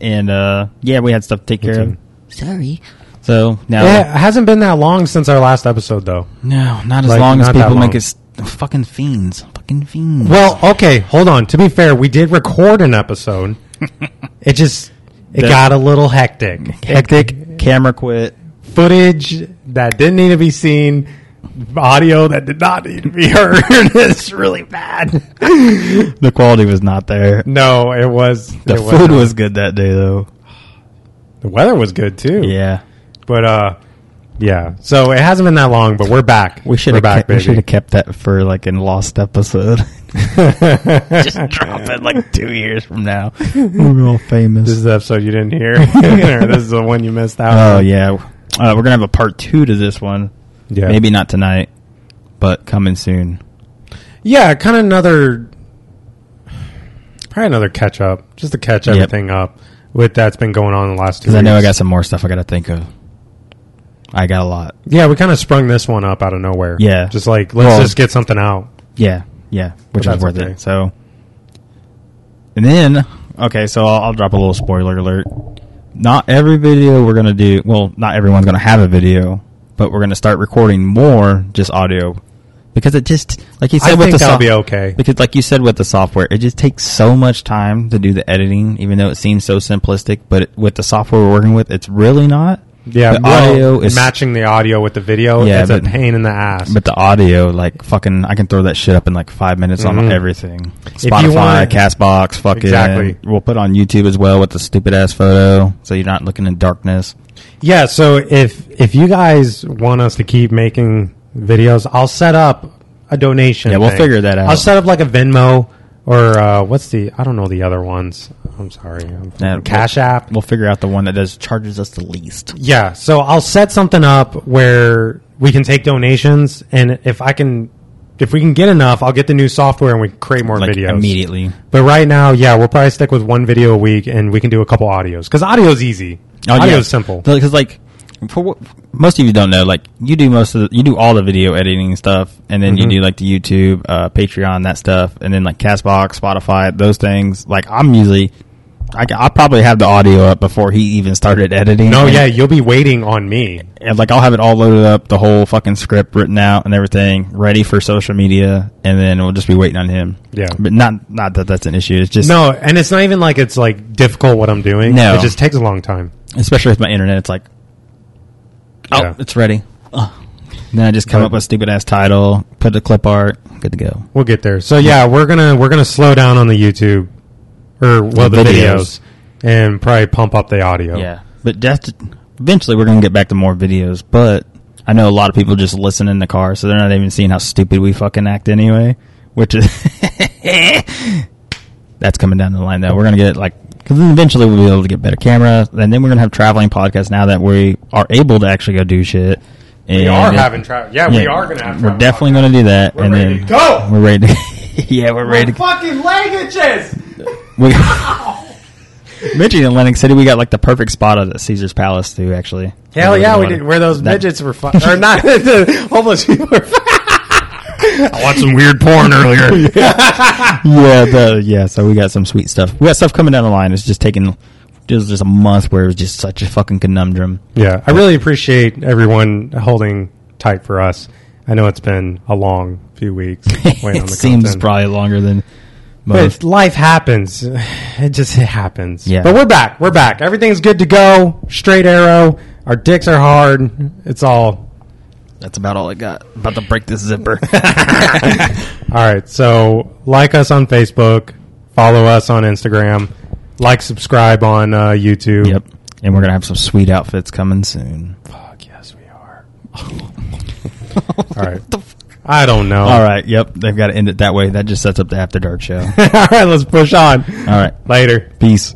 Speaker 2: And uh, yeah, we had stuff to take care of.
Speaker 1: too.
Speaker 2: Sorry. So now,
Speaker 1: Yeah, it hasn't been that long since our last episode, though.
Speaker 2: no, not as
Speaker 1: Like,
Speaker 2: long as
Speaker 1: not that
Speaker 2: people make
Speaker 1: long.
Speaker 2: us fucking fiends, fucking fiends.
Speaker 1: Well, okay, hold on. To be fair, we did record an (laughs) episode. it just it
Speaker 2: The-
Speaker 1: got a little hectic.
Speaker 2: hectic camera quit.
Speaker 1: Footage that didn't need to be seen, audio that did not need to be (laughs) heard. it's really bad. (laughs)
Speaker 2: The quality was not there.
Speaker 1: No, it was
Speaker 2: The
Speaker 1: it not.
Speaker 2: food was good that day though.
Speaker 1: the weather was good too.
Speaker 2: Yeah,
Speaker 1: But uh yeah. So it hasn't been that long, but we're back.
Speaker 2: we should
Speaker 1: We're
Speaker 2: have
Speaker 1: back,
Speaker 2: kept, we should
Speaker 1: baby.
Speaker 2: have kept that for like in lost episode. (laughs) Just drop it like two years from now. We're all famous.
Speaker 1: This is the episode you didn't
Speaker 2: (laughs)
Speaker 1: hear. Or this is the one you missed out
Speaker 2: Oh
Speaker 1: on.
Speaker 2: yeah, uh, we're gonna have a part two to this one.
Speaker 1: Yeah.
Speaker 2: Maybe not tonight, but coming soon.
Speaker 1: Yeah, kind of another, probably another catch up, just to catch
Speaker 2: Yep.
Speaker 1: everything up with that's been going on in the last two.
Speaker 2: Because I know I
Speaker 1: weeks.
Speaker 2: got some more stuff I gotta think of. I got a lot.
Speaker 1: Yeah, we kind of sprung this one up out of nowhere.
Speaker 2: Yeah.
Speaker 1: just like let's
Speaker 2: Well-
Speaker 1: just get something out.
Speaker 2: Yeah, yeah, which
Speaker 1: But
Speaker 2: is
Speaker 1: that's
Speaker 2: worth
Speaker 1: okay.
Speaker 2: it. So, and then okay, so I'll, I'll drop a little spoiler alert. Not every video we're gonna do. Well, not everyone's gonna have a video, but we're gonna start recording more just audio because it just like you
Speaker 1: I
Speaker 2: said with
Speaker 1: think
Speaker 2: the
Speaker 1: that'll
Speaker 2: soft-
Speaker 1: be okay.
Speaker 2: Because like you said with the software, it just takes so much time to do the editing, even though it seems so simplistic. But it, with the software we're working with, it's really not.
Speaker 1: Yeah,
Speaker 2: the
Speaker 1: well,
Speaker 2: audio is
Speaker 1: matching the audio with the video.
Speaker 2: Yeah,
Speaker 1: it's
Speaker 2: but-
Speaker 1: a pain in the ass.
Speaker 2: but the audio, like fucking, I can throw that shit up in like five minutes on
Speaker 1: Mhm.
Speaker 2: everything.
Speaker 1: you
Speaker 2: Spotify,
Speaker 1: want-
Speaker 2: Castbox, fucking.
Speaker 1: Exactly.
Speaker 2: We'll put on YouTube as well with the stupid ass photo, so you're not looking in darkness.
Speaker 1: yeah, so if if you guys want us to keep making videos, I'll set up a donation.
Speaker 2: Yeah, we'll
Speaker 1: thing.
Speaker 2: figure that out.
Speaker 1: I'll set up like a Venmo or uh, what's the I don't know the other ones. I'm sorry, I'm-
Speaker 2: Yeah, we'll-
Speaker 1: Cash App.
Speaker 2: We'll figure out the one that does charges us the least.
Speaker 1: Yeah, so I'll set something up where we can take donations, and if I can, if we can get enough, I'll get the new software and we can create more
Speaker 2: Like
Speaker 1: videos
Speaker 2: immediately.
Speaker 1: But right now, yeah, we'll probably stick with one video a week, and we can do a couple audios because audio's easy.
Speaker 2: Oh,
Speaker 1: audio's simple.
Speaker 2: Because like, for what, most of you don't know, like you do most of the, you do all the video editing and stuff, and then
Speaker 1: Mhm.
Speaker 2: you do like the YouTube, uh, Patreon, that stuff, and then like Castbox, Spotify, those things. Like I'm usually, I, I probably have the audio up before he even started editing.
Speaker 1: no,
Speaker 2: And-
Speaker 1: yeah, you'll be waiting on me.
Speaker 2: and like I'll have it all loaded up, the whole fucking script written out and everything, ready for social media, and then we'll just be waiting on him.
Speaker 1: Yeah.
Speaker 2: but not not that that's an issue. It's just
Speaker 1: No, and it's not even like it's like difficult what I'm doing.
Speaker 2: No.
Speaker 1: it just takes a long time.
Speaker 2: especially with my internet, it's like, oh,
Speaker 1: Yeah.
Speaker 2: it's ready. Ugh. Then I just come up with a stupid ass title, put the clip art, good to go.
Speaker 1: We'll get there. So yeah, we're gonna we're gonna slow down on the YouTube or well the,
Speaker 2: The
Speaker 1: videos.
Speaker 2: videos.
Speaker 1: and probably pump up the audio.
Speaker 2: Yeah, but that's eventually we're gonna get back to more videos. But I know a lot of people just listen in the car, so they're not even seeing how stupid we fucking act anyway. Which is (laughs) that's coming down the line though. We're gonna get like because eventually we'll be able to get better cameras, and then we're gonna have traveling podcasts now that we are able to actually go do shit.
Speaker 1: We
Speaker 2: And-
Speaker 1: are having travel. Yeah, we are gonna have.
Speaker 2: We're definitely gonna do that,
Speaker 1: We're
Speaker 2: and
Speaker 1: ready
Speaker 2: then
Speaker 1: to go!
Speaker 2: We're ready. To, (laughs) yeah, we're ready. To,
Speaker 1: fucking languages.
Speaker 2: we, mentioning Atlantic City, we got like the perfect spot at Caesar's Palace too. Actually,
Speaker 1: Hell yeah, we
Speaker 2: Another
Speaker 1: did. Where those
Speaker 2: That-
Speaker 1: midgets were fun, or not (laughs) the homeless people were fun.
Speaker 3: I watched some weird porn earlier.
Speaker 2: Yeah, the, yeah. So we got some sweet stuff. We got stuff coming down the line. It's just taking. It was just a month where it was just such a fucking conundrum.
Speaker 1: Yeah, I really appreciate everyone holding tight for us. I know it's been a long few
Speaker 2: (laughs)
Speaker 1: weeks. waiting on
Speaker 2: it
Speaker 1: the
Speaker 2: seems
Speaker 1: content. Hmm.
Speaker 2: probably longer than most.
Speaker 1: But life happens. (sighs) It just it happens.
Speaker 2: Yeah.
Speaker 1: But we're back. We're back. Everything's good to go. Straight arrow. Our dicks are hard. It's all
Speaker 2: That's about all I got. About to break
Speaker 1: (laughs)
Speaker 2: this zipper.
Speaker 1: All right. So like us on Facebook, follow us on Instagram, like, subscribe on uh, YouTube.
Speaker 2: yep. And we're gonna have some sweet outfits coming soon.
Speaker 1: Fuck yes, we are. All
Speaker 2: (laughs)
Speaker 1: right. I don't know.
Speaker 2: All
Speaker 1: (laughs)
Speaker 2: right. Yep. They've got to end it that way. That just sets up the after dark show. (laughs) All
Speaker 1: All right. Let's push on.
Speaker 2: right.
Speaker 1: Later.
Speaker 2: Peace.